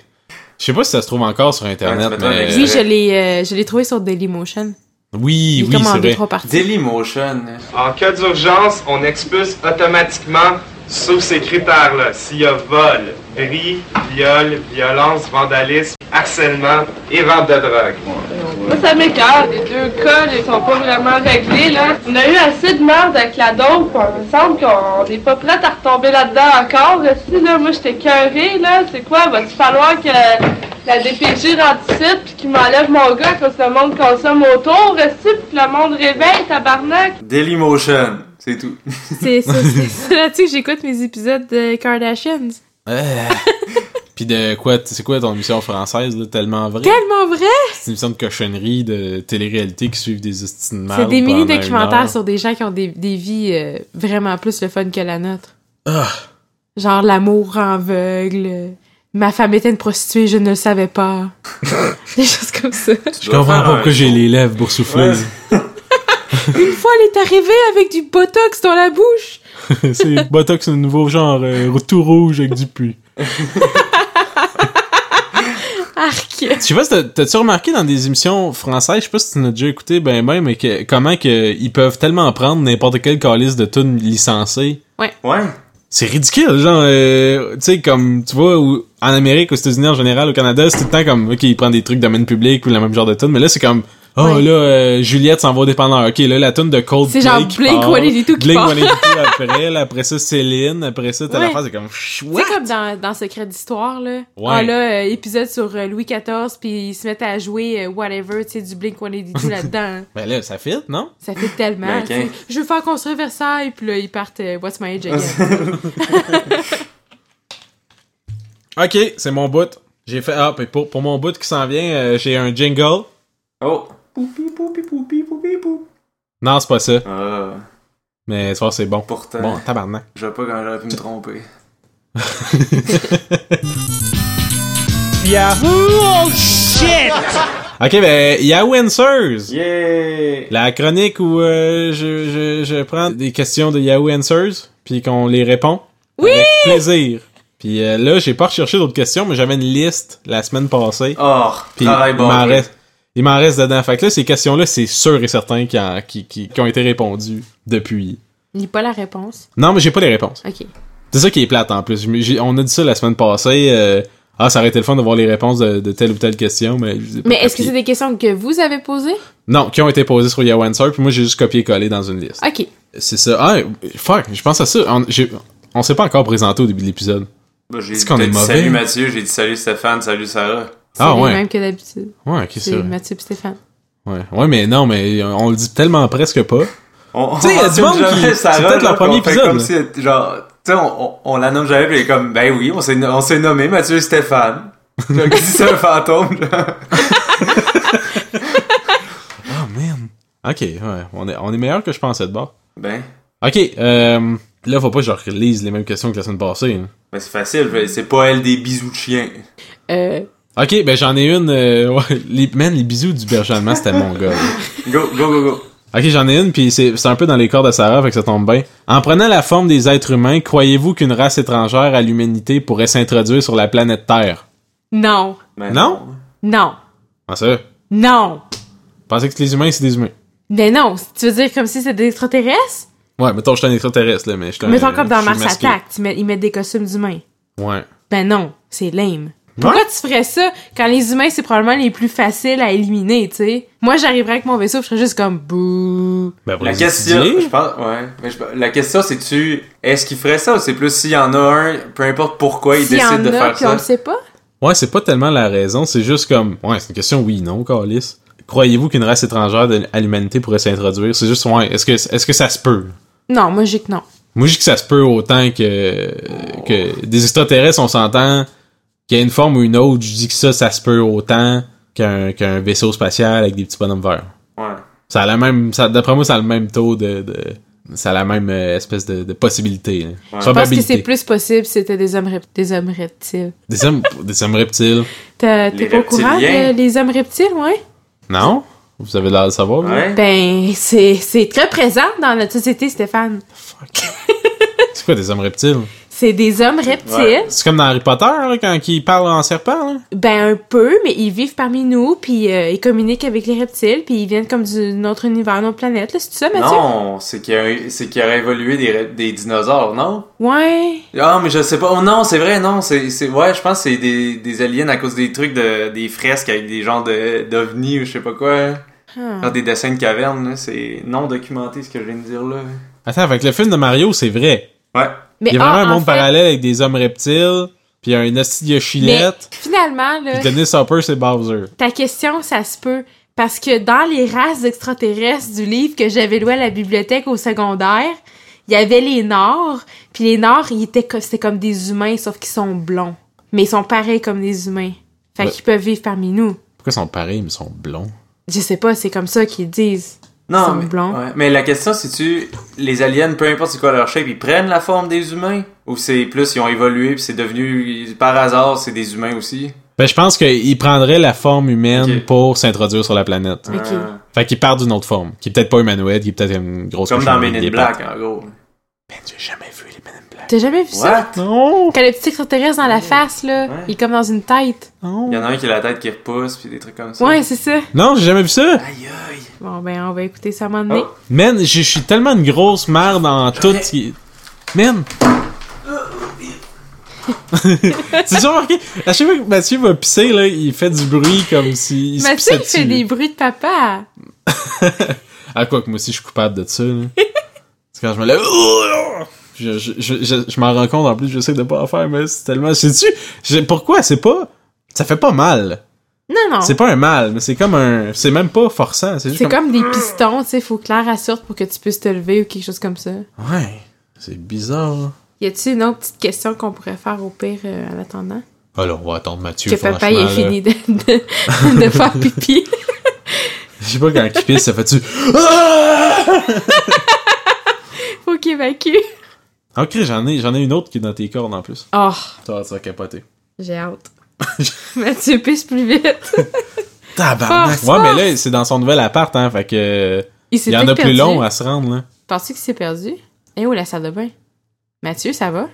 Je sais pas si ça se trouve encore sur Internet,
Ouais, tu m'étonnes,
mais. euh,
Oui, je l'ai euh, je l'ai trouvé sur Dailymotion. Il
Oui,
est
oui,
comme en
c'est
deux,
vrai.
trois parties.
Dailymotion.
En cas d'urgence, on expulse automatiquement sous ces critères-là. S'il y a vol, bris, viol, violence, vandalisme, harcèlement et vente de drogue.
Moi, ça m'écœure. Les deux cas, ils sont pas vraiment réglés, là. On a eu assez de merde avec la dope. Il me semble qu'on n'est pas prête à retomber là-dedans encore. Si, là, moi, j'étais cœurée, là. C'est quoi? Va-t-il falloir que la DPJ rentre ici puis qu'il m'enlève mon gars parce que le monde consomme autour? Si, puis que le monde réveille, tabarnak.
Dailymotion. C'est tout.
C'est c'est- c'est- c'est là-dessus que j'écoute mes épisodes de Kardashians.
Euh. Puis de quoi, c'est quoi ton émission française, là, tellement vrai?
Tellement vrai!
C'est une émission de cochonnerie, de télé-réalité qui suivent des estimations.
C'est des mini-documentaires sur des gens qui ont des, des vies euh, vraiment plus le fun que la nôtre.
Ah.
Genre l'amour aveugle. euh, Ma femme était une prostituée, je ne le savais pas. des choses comme ça.
Je comprends pas pourquoi j'ai les lèvres boursouflées.
Une fois, elle est arrivée avec du botox dans la bouche.
c'est Botox, un nouveau genre, euh, tout rouge avec du puits.
Arc!
Je sais pas si t'as- t'as-tu remarqué dans des émissions françaises, je sais pas si tu en as déjà écouté, ben ben, mais que, comment que, ils peuvent tellement prendre n'importe quel calice de tunes licencées.
Ouais.
C'est ridicule, genre, euh, tu sais, comme, tu vois, où- en Amérique, aux États-Unis en général, au Canada, c'est tout le temps comme, ok, ils prennent des trucs domaine public ou le même genre de tunes, mais là, c'est comme, oh,
Ouais.
là, euh, Juliette s'en va au dépanneur, ok, là, la tune de Coldplay
C'est genre
qui
Blink
part,
182 qui
Blink
part.
182 après, là, après ça, Céline, après ça, t'as
Ouais.
la phrase, c'est comme,
Tu
chouette!
sais, comme dans, dans Secret d'Histoire, là.
Ouais.
Ah, là, euh, épisode sur euh, Louis XIV, puis ils se mettent à jouer euh, whatever, tu sais, du Blink-182 là-dedans.
Ben là, ça fit, non?
Ça fait tellement.
Ben,
tu sais.
ok.
Je veux faire construire Versailles, puis là, ils partent euh, What's My Age Again.
Ok, c'est mon bout. J'ai fait. Ah, puis pour, pour mon bout qui s'en vient, euh, j'ai un jingle.
Oh. Poupi, poupi, poupi, poupi, pou.
Non, c'est pas ça.
Ah.
Mais ce soir, c'est bon.
Pourtant,
Bon, tabarnak.
je vois pas comment j'aurais pu me tromper.
Ok, ben, Yahoo Answers!
Yeah!
La chronique où euh, je, je, je prends des questions de Yahoo Answers, puis qu'on les répond.
Oui!
Avec plaisir! Puis euh, là, j'ai pas recherché d'autres questions, mais j'avais une liste la semaine passée.
Oh,
Puis
travail
il
bon.
m'en reste, il m'en reste dedans. Fait que là, ces questions-là, c'est sûr et certain qui, en- qui, qui, qui ont été répondues depuis.
Lis pas la réponse.
Non, mais j'ai pas les réponses.
OK.
C'est ça qui est plate en plus. Je me- j'ai- on a dit ça la semaine passée. euh, ah, ça aurait été le fun de voir les réponses de, de telle ou telle question, mais. je les ai pas
Mais est-ce que
copiées.
c'est des questions que vous avez posées?
Non, qui ont été posées sur Yahoo Answer, puis moi j'ai juste copié-collé dans une liste.
OK.
C'est ça. Ah, fuck, je pense à ça. On, j'ai- on s'est pas encore présenté au début de l'épisode.
Bah, j'ai
C'est
dit
qu'on est
dit
mauvais.
salut Mathieu, j'ai dit salut Stéphane, salut Sarah.
C'est
Ah
les
ouais.
mêmes que d'habitude.
Ouais, ok, c'est
C'est
vrai.
Mathieu et Stéphane.
Ouais. ouais, mais non, mais on on le dit tellement presque pas.
On,
Tu sais, y a
on
du
assume
monde qui-
jamais
c'est peut-être
là,
leur premier
qu'on fait
épisode,
Comme
là.
si, elle- genre, tu sais, on, on, on la nomme jamais, puis elle est comme, ben oui, on s'est, on s'est nommé Mathieu et Stéphane. Genre, qui dit c'est un fantôme, genre.
Oh man. Ok, ouais. On est, on est meilleur que je pensais de bord.
Ben,
Ok, euh, là, faut pas que je relise les mêmes questions que la semaine passée. hein.
ben c'est facile, ben, c'est pas elle des bisous de chien.
Euh,
Ok, ben j'en ai une. euh, ouais, les, man, les bisous du berger allemand, c'était mon gars. là.
Go, go, go, go.
Ok, j'en ai une, puis c'est c'est un peu dans les cordes à Sarah, fait que ça tombe bien. En prenant la forme des êtres humains, croyez-vous qu'une race étrangère à l'humanité pourrait s'introduire sur la planète Terre?
non.
Ben,
Non?
Non.
Ah ça?
Non.
Pensez que les humains, c'est des humains.
Mais non. Tu veux dire comme si c'était des extraterrestres?
Ouais, mettons, je suis un extraterrestre, là, mais je suis un-
Mettons comme dans
Ben, je suis
Mars
masqué.
Attack, tu mets- ils mettent des costumes d'humains.
Ouais.
Ben non, c'est lame. Pourquoi tu ferais ça quand les humains, c'est probablement les plus faciles à éliminer, tu sais? Moi, j'arriverais avec mon vaisseau, je serais juste comme bouh.
Ben, pour
La
les
question,
étudier.
je pense, ouais, mais je- la question c'est-tu, est-ce qu'il ferait ça ou c'est plus s'il y en a un, peu importe pourquoi il
S'il y
décide
en
de
a,
faire
puis on
ça?
le sait pas.
Ouais, c'est pas tellement la raison, c'est juste comme... Ouais, c'est une question oui-non, Carlis. Croyez-vous qu'une race étrangère de- à l'humanité pourrait s'introduire? C'est juste, ouais, est-ce que, est que ça se peut?
Non, moi, j'ai que non.
Moi, je dis que ça se peut autant que, que des extraterrestres, on s'entend qu'il y a une forme ou une autre. Je dis que ça, ça se peut autant qu'un qu'un vaisseau spatial avec des petits bonhommes verts.
Ouais.
Ça a la même, ça, d'après moi, ça a le même taux de, de- ça a la même euh, espèce de, de possibilité. là.
Je pense que
Probabilité.
c'est plus possible si c'était des hommes, rep- des hommes reptiles.
Des hommes, des hommes reptiles.
T'as-
Les
T'es pas au courant
reptiliens.
de- les hommes reptiles, ouais?
Non? Vous avez l'air de savoir, vous?
Ouais.
Ben, c'est c'est très présent dans notre société, Stéphane.
C'est quoi des hommes reptiles?
C'est des hommes reptiles.
Ouais.
C'est comme dans Harry Potter, là, quand ils parlent en serpent, là?
Ben, un peu, mais ils vivent parmi nous, puis euh, ils communiquent avec les reptiles, puis ils viennent comme d'un autre univers, d'une autre planète. là. C'est ça, Ben, Mathieu?
Non, c'est qu'il y a- c'est qu'il y aurait évolué des, ra- des dinosaures, non?
Ouais.
Ah, mais je sais pas. Oh, non, c'est vrai, non. C'est, c'est, ouais, je pense que c'est des, des aliens à cause des trucs, de, des fresques avec des genres de, d'ovnis ou je sais pas quoi.
Ah.
Genre des dessins de cavernes, là. C'est non documenté ce que je viens de dire là.
Attends, avec le film de Mario, c'est vrai.
Ouais.
Mais
Il y a
ah,
vraiment un
en
monde
fait,
parallèle avec des hommes reptiles, puis un esti de chilette,
Finalement, là,
puis Dennis Hopper, c'est Bowser.
ta question, ça se peut. Parce que dans les races extraterrestres du livre que j'avais loué à la bibliothèque au secondaire, il y avait les Nords, puis les Nords, ils étaient co- c'était comme des humains, sauf qu'ils sont blonds. Mais ils sont pareils comme des humains. Fait
Ouais.
qu'ils peuvent vivre parmi nous.
Pourquoi ils sont pareils, mais ils sont blonds?
Je sais pas, c'est comme ça qu'ils disent. Ils
Non,
sont
mais,
blonds.
ouais. mais la question, c'est tu les aliens, peu importe c'est quoi leur shape, ils prennent la forme des humains ou c'est plus ils ont évolué puis c'est devenu par hasard c'est des humains aussi.
Ben, je pense qu'ils prendraient la forme humaine
Ok.
pour s'introduire sur la planète.
Ok.
Euh,
Fait qu'ils partent d'une autre forme, qui est peut-être pas humanoïde, qui est peut-être une grosse
comme
cochonnerie
dans Men
avec
in
des
Black en gros.
pattes. J'ai jamais vu les Men in Black.
T'as jamais vu ça?
What?
Non!
Quand le petit extraterrestre dans la face, là,
Ouais.
il est comme dans une tête.
Non!
Il y en a un qui a la tête qui repousse puis des trucs comme ça.
Ouais, c'est ça.
Non, j'ai jamais vu ça!
Aïe aïe.
Bon, ben, on va écouter ça à un moment donné.
Oh.
Man, je je suis tellement une grosse merde en tout.
ai-
qui- Man! C'est sûr, remarqué? À chaque fois que Mathieu va pisser, là, il fait du bruit comme s'il il se
Mathieu,
pissait
il fait
dessus.
des bruits de papa.
Ah, quoi que moi aussi, je suis coupable de ça, là. C'est quand je me lève. Ouh! Je, je, je, je, je m'en rends compte, en plus, j'essaie de pas en faire, mais c'est tellement. Sais-tu? j'ai- Pourquoi? C'est pas. Ça fait pas mal.
Non, non.
C'est pas un mal, mais c'est comme un. C'est même pas forçant. C'est juste
Ah. C'est comme
comme.
des pistons, tu sais, faut que l'air assorte pour que tu puisses te lever ou quelque chose comme ça.
Ouais. C'est bizarre.
Y a-tu une autre petite question qu'on pourrait faire au pire euh, en attendant?
Alors, Ah, on va attendre Mathieu.
Que papa il
franchement,
ait
là.
fini de, de, de faire pipi.
Je sais pas quand il pisse, ça fait-tu. Ah!
faut qu'il évacue.
Ok, j'en ai, j'en ai une autre qui est dans tes cordes en plus.
Oh,
Ça va, ça va capoter.
j'ai hâte. Mathieu pisse plus vite.
Tabarnak!
Force,
Ouais, mais
force.
là, c'est dans son nouvel appart, hein, fait que.
Il s'est
Il y en
peut-être
a plus
Ah! perdu.
long hein. à se rendre, là.
Penses-tu qu'il s'est perdu? Eh où la salle de bain? Mathieu, ça va?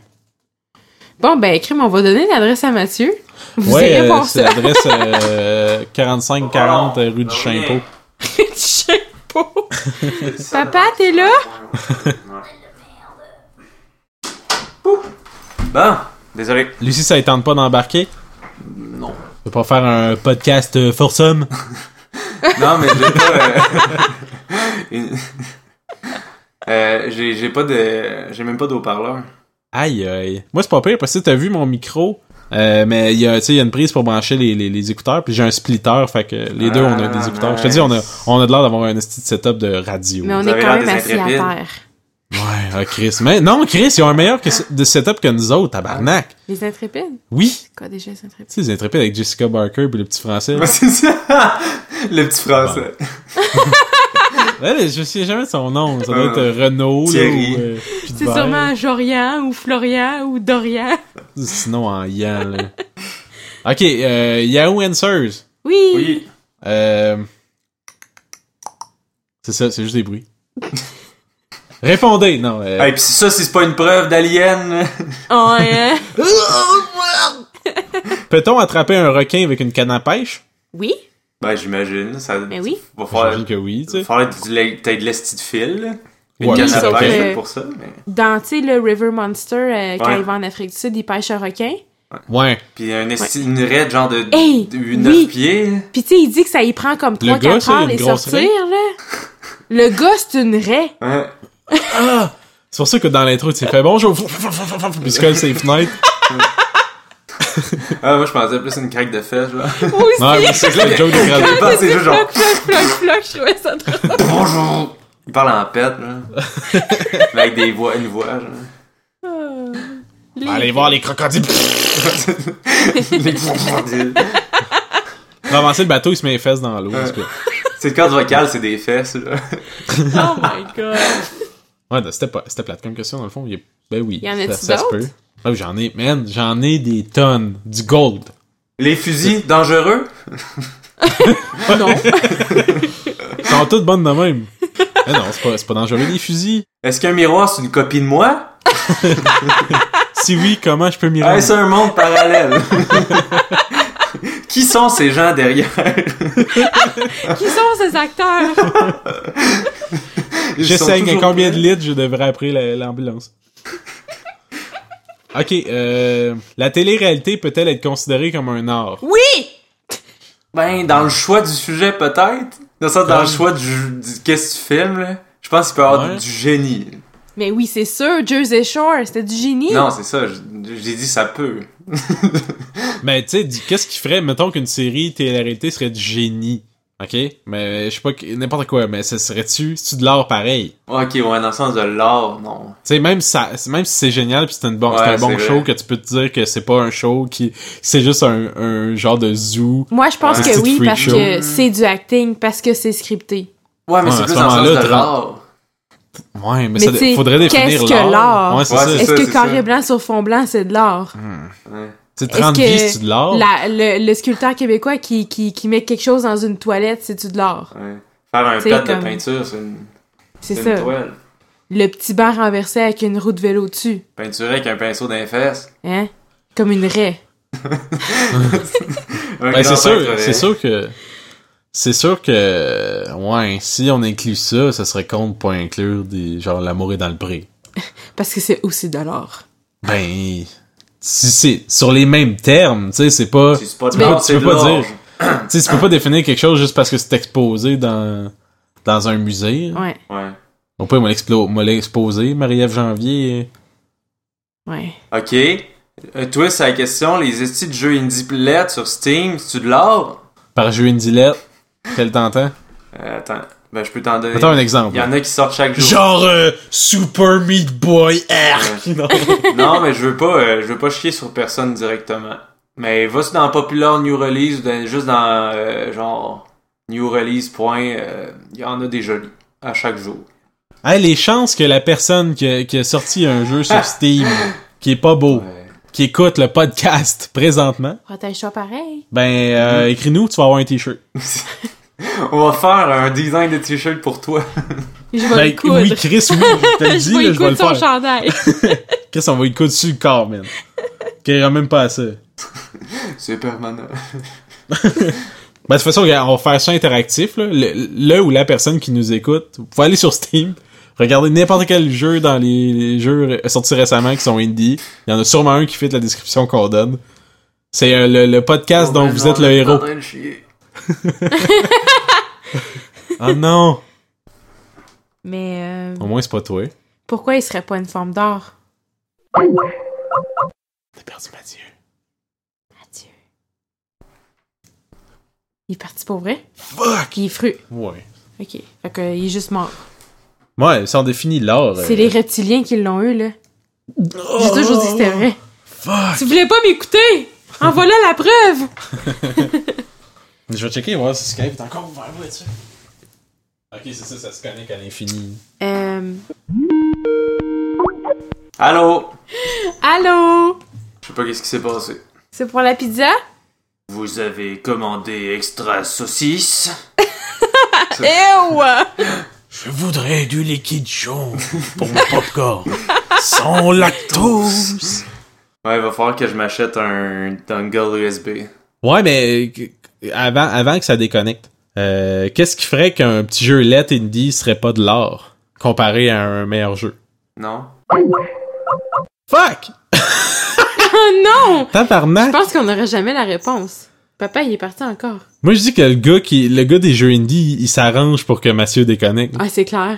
Bon, ben, crime, on va donner l'adresse à Mathieu. Vous
ouais,
irez
euh,
voir
c'est
ça.
l'adresse euh, 4540 rue du Chimpeau.
Je sais pas. Papa, t'es là?
Bon, désolé.
Lucie, ça ne tente pas d'embarquer?
Non.
Tu veux pas faire un podcast euh, foursome?
Non, mais j'ai pas. euh, une- Euh, j'ai j'ai pas de. J'ai même pas d'eau-parleur.
Aïe, aïe. Moi, c'est pas pire parce que t'as vu mon micro. euh, mais il y a, tu sais, il y a une prise pour brancher les, les, les écouteurs, puis j'ai un splitter, fait que les deux, on a des
Ah,
écouteurs. Je te
nice.
dis, on a, on a de l'air d'avoir un esti de setup de radio.
Mais on
Vous
est
avez
quand
l'air
même assis à
désintrépide.
terre.
Ouais, ah, Chris. Mais non, Chris, ils ont un meilleur que, de setup que nous autres, tabarnak.
Les intrépides?
Oui.
C'est quoi déjà les intrépides?
Tu sais, les intrépides avec Jessica Barker puis le petit français.
Ouais, c'est ça! Le petit français.
Ouais, mais je sais jamais de son nom. Ça doit
Ah.
être euh, Renault, là,
Thierry.
ou, euh, puis
C'est
Vert.
sûrement Jorian ou Florian ou Dorian.
Sinon, en Yan, là. OK, euh, Yahoo Answers.
Oui!
Oui.
Euh... C'est ça, c'est juste des bruits. Répondez, non. euh,
Hey, pis ça, si c'est pas une preuve d'alien.
Oh, hein?
Peut-on attraper un requin avec une canne à pêche?
Oui?
Ben, j'imagine. Ça
Mais oui.
va falloir.
J'imagine que oui, tu
Va
sais.
falloir que tu l'aies- t'aies de l'esti de fil. là. Une
Ouais,
canne
ça,
à
ok.
pêche
fait-
faite pour ça. Mais...
Dans, tu sais, le River Monster, euh, quand
Ouais.
il va en Afrique du Sud, il pêche un requin.
Ouais.
Pis un esti, une raide genre de,
Hey,
de
oui.
9 pieds. là.
Pis tu sais, il dit que ça y prend comme
Le gars,
3-4
ça, il a
heures
une
les
grosse
sortir, là. Le gars, c'est une raie.
Hein?
Ah! C'est pour ça que dans l'intro, tu fais bonjour, puis tu colles ses fenêtres.
Ah, moi, je pensais plus une craque de fesse, là.
Moi aussi!
Ouais, mais c'est que le joke de
Je
Crabbe.
pensais juste genre.
Floc, floc, floc, floc, je trouvais ça drôle.
Bonjour! Il parle en pète, là. Mais avec des voix, une voix, genre.
Allez voir les crocodiles.
Les crocodiles.
Pour avancer le bateau, il se met les fesses dans l'eau. en tout cas.
C'est le cadre vocal, c'est des fesses, là.
Oh my god.
Ouais, non, c'était pas, c'était plate comme question, dans le fond. il y a- Ben oui.
Y en a-tu
ça, ça se
d'autres?
peut. Ah oui, j'en ai, man, j'en ai des tonnes. Du gold.
Les fusils, dangereux?
Non.
Ils sont toutes bonnes de même. Mais non, c'est pas, c'est pas dangereux, les fusils.
Est-ce qu'un miroir, c'est une copie de moi?
Si oui, comment je peux m'y rendre?
Est-ce un monde parallèle? Qui sont ces gens derrière?
Qui sont ces acteurs?
Ils
je
sont
saigne à
toujours
combien
prêts.
de litres je devrais appeler la- l'ambulance? ok, euh, la télé-réalité peut-elle être considérée comme un art?
Oui!
Ben, dans le choix du sujet, peut-être. Dans, le sens, dans le choix du, du- qu'est-ce que tu filmes, là. Je pense qu'il peut y avoir
Ouais.
du génie.
Mais oui, c'est sûr, Jersey Shore, c'était du génie.
Non, c'est ça. je- J'ai dit ça peut.
Mais Ben, tu sais, du- qu'est-ce qui ferait, mettons qu'une série télé-réalité serait du génie, ok? Mais je sais pas, que- n'importe quoi, mais ce serait-tu, c'est-tu de l'art pareil?
Ok, ouais, dans le sens de l'art, non.
Tu sais, même, si ça, même si c'est génial puis c'est une bon,
Ouais,
c'est un bon
c'est
show
vrai.
que tu peux te dire que c'est pas un show qui... C'est juste un, un genre de zoo.
Moi, je pense
Ouais.
que
Petite
oui,
freak
parce
show.
que c'est du acting, parce que c'est scripté.
Ouais, mais
Ouais,
c'est
à
plus
ce
dans le
moment-là,
sens de
t'as-
l'art.
Ouais, mais,
Mais
ça
tu sais,
faudrait définir
qu'est-ce que l'art?
Ouais, c'est
Ouais,
ça.
c'est
Est-ce
ça,
que carré
ça.
blanc sur fond blanc, c'est de l'art?
Mm. Tu sais, 30
Est-ce
vies,
que
c'est de
Oh.
l'art?
La- le, le sculpteur québécois qui, qui, qui met quelque chose dans une toilette, c'est-tu de l'art?
Ouais. Faire un
C'est
plat
comme-
de peinture, c'est une,
C'est
c'est
ça.
une toile.
Le petit banc renversé avec une roue de vélo dessus.
Peinturer avec un pinceau d'un fesses.
Hein? Comme une raie.
Un
Ben,
grand
c'est sûr,
peintre,
c'est sûr que... C'est sûr que... Ouais, si on inclut ça, ça serait con de pas inclure des... Genre, l'amour est dans le pré.
Parce que c'est aussi de l'art.
Ben... Si c'est sur les mêmes termes, tu sais, c'est pas...
C'est c'est pas de
Mais
l'art,
tu
c'est
peux
de
pas
l'art.
dire. Tu sais, tu peux pas définir quelque chose juste parce que c'est exposé dans... Dans un musée.
Ouais,
Ouais.
On peut me l'exposer, Marie-Ève Janvier.
ouais.
Ok. Un twist à la question, les estis de jeux indie plate sur Steam, c'est-tu de l'art?
Par Juine Dillette. Quel t'entends?
Euh, attends, ben je peux t'en donner.
Attends un exemple.
Il y en a qui sortent chaque jour.
Genre euh, Super Meat Boy Arc. Non.
non, mais je veux pas, euh, je veux pas chier sur personne directement. Mais va-tu dans Popular New Release ou dans- juste dans euh, genre New Release point, euh, il y en a des jolis à chaque jour.
Hey, les chances que la personne qui a, qui a sorti un jeu sur Steam, qui est pas beau,
Ouais.
qui écoute le podcast présentement,
Protège-toi pareil.
ben
Mm-hmm.
euh, écris-nous, tu vas avoir un t-shirt.
On va faire un design de t-shirt pour toi.
Je vais
Ben,
le coudre.
oui, Chris, oui, je te le
je
dis,
vais
là,
le
je
coudre
vais le
son
faire.
chandail.
Chris, on va y coudre sur le corps, man. Qu'il même pas à ça.
C'est permanent.
Ben, de toute façon, regarde, on va faire ça interactif. Là. Le, le ou la personne qui nous écoute, vous pouvez aller sur Steam, regarder n'importe quel jeu dans les, les jeux ré- sortis récemment qui sont indie. Il y en a sûrement un qui fait la description qu'on donne. C'est euh, le, le
Oh,
podcast
ben
dont vous êtes le héros. Ah non!
Mais euh,
Au moins, c'est pas toi.
pourquoi il serait pas une forme d'art?
T'as perdu Mathieu.
Adieu. Il est parti pour vrai?
Fuck!
Il est fru.
Ouais.
Ok. Fait que, euh, il est juste mort.
Ouais, ça en définit l'art.
C'est
euh.
les reptiliens qui l'ont eu, là. J'ai
Oh!
toujours dit que c'était vrai.
Fuck!
Tu voulais pas m'écouter? En voilà la preuve!
euh, Je vais checker voir si Skype est encore ouvert, vois-tu? Ok, c'est ça, ça se connecte à l'infini.
Euh...
Allô?
Allô?
Je sais pas qu'est-ce qui s'est passé.
C'est pour la pizza?
Vous avez commandé extra saucisse?
Ew!
Je voudrais du liquide jaune pour mon popcorn. Sans lactose.
Ouais, il va falloir que je m'achète un dongle USB.
Ouais, mais euh, avant, avant que ça déconnecte, euh, qu'est-ce qui ferait qu'un petit jeu let indie serait pas de l'art comparé à un meilleur jeu?
Non?
Fuck!
Oh non! Je
Tabarnak!
pense qu'on n'aurait jamais la réponse. Papa, il est parti encore.
Moi, je dis que le gars qui, le gars des jeux indie, il s'arrange pour que Mathieu déconnecte.
Ah, c'est clair.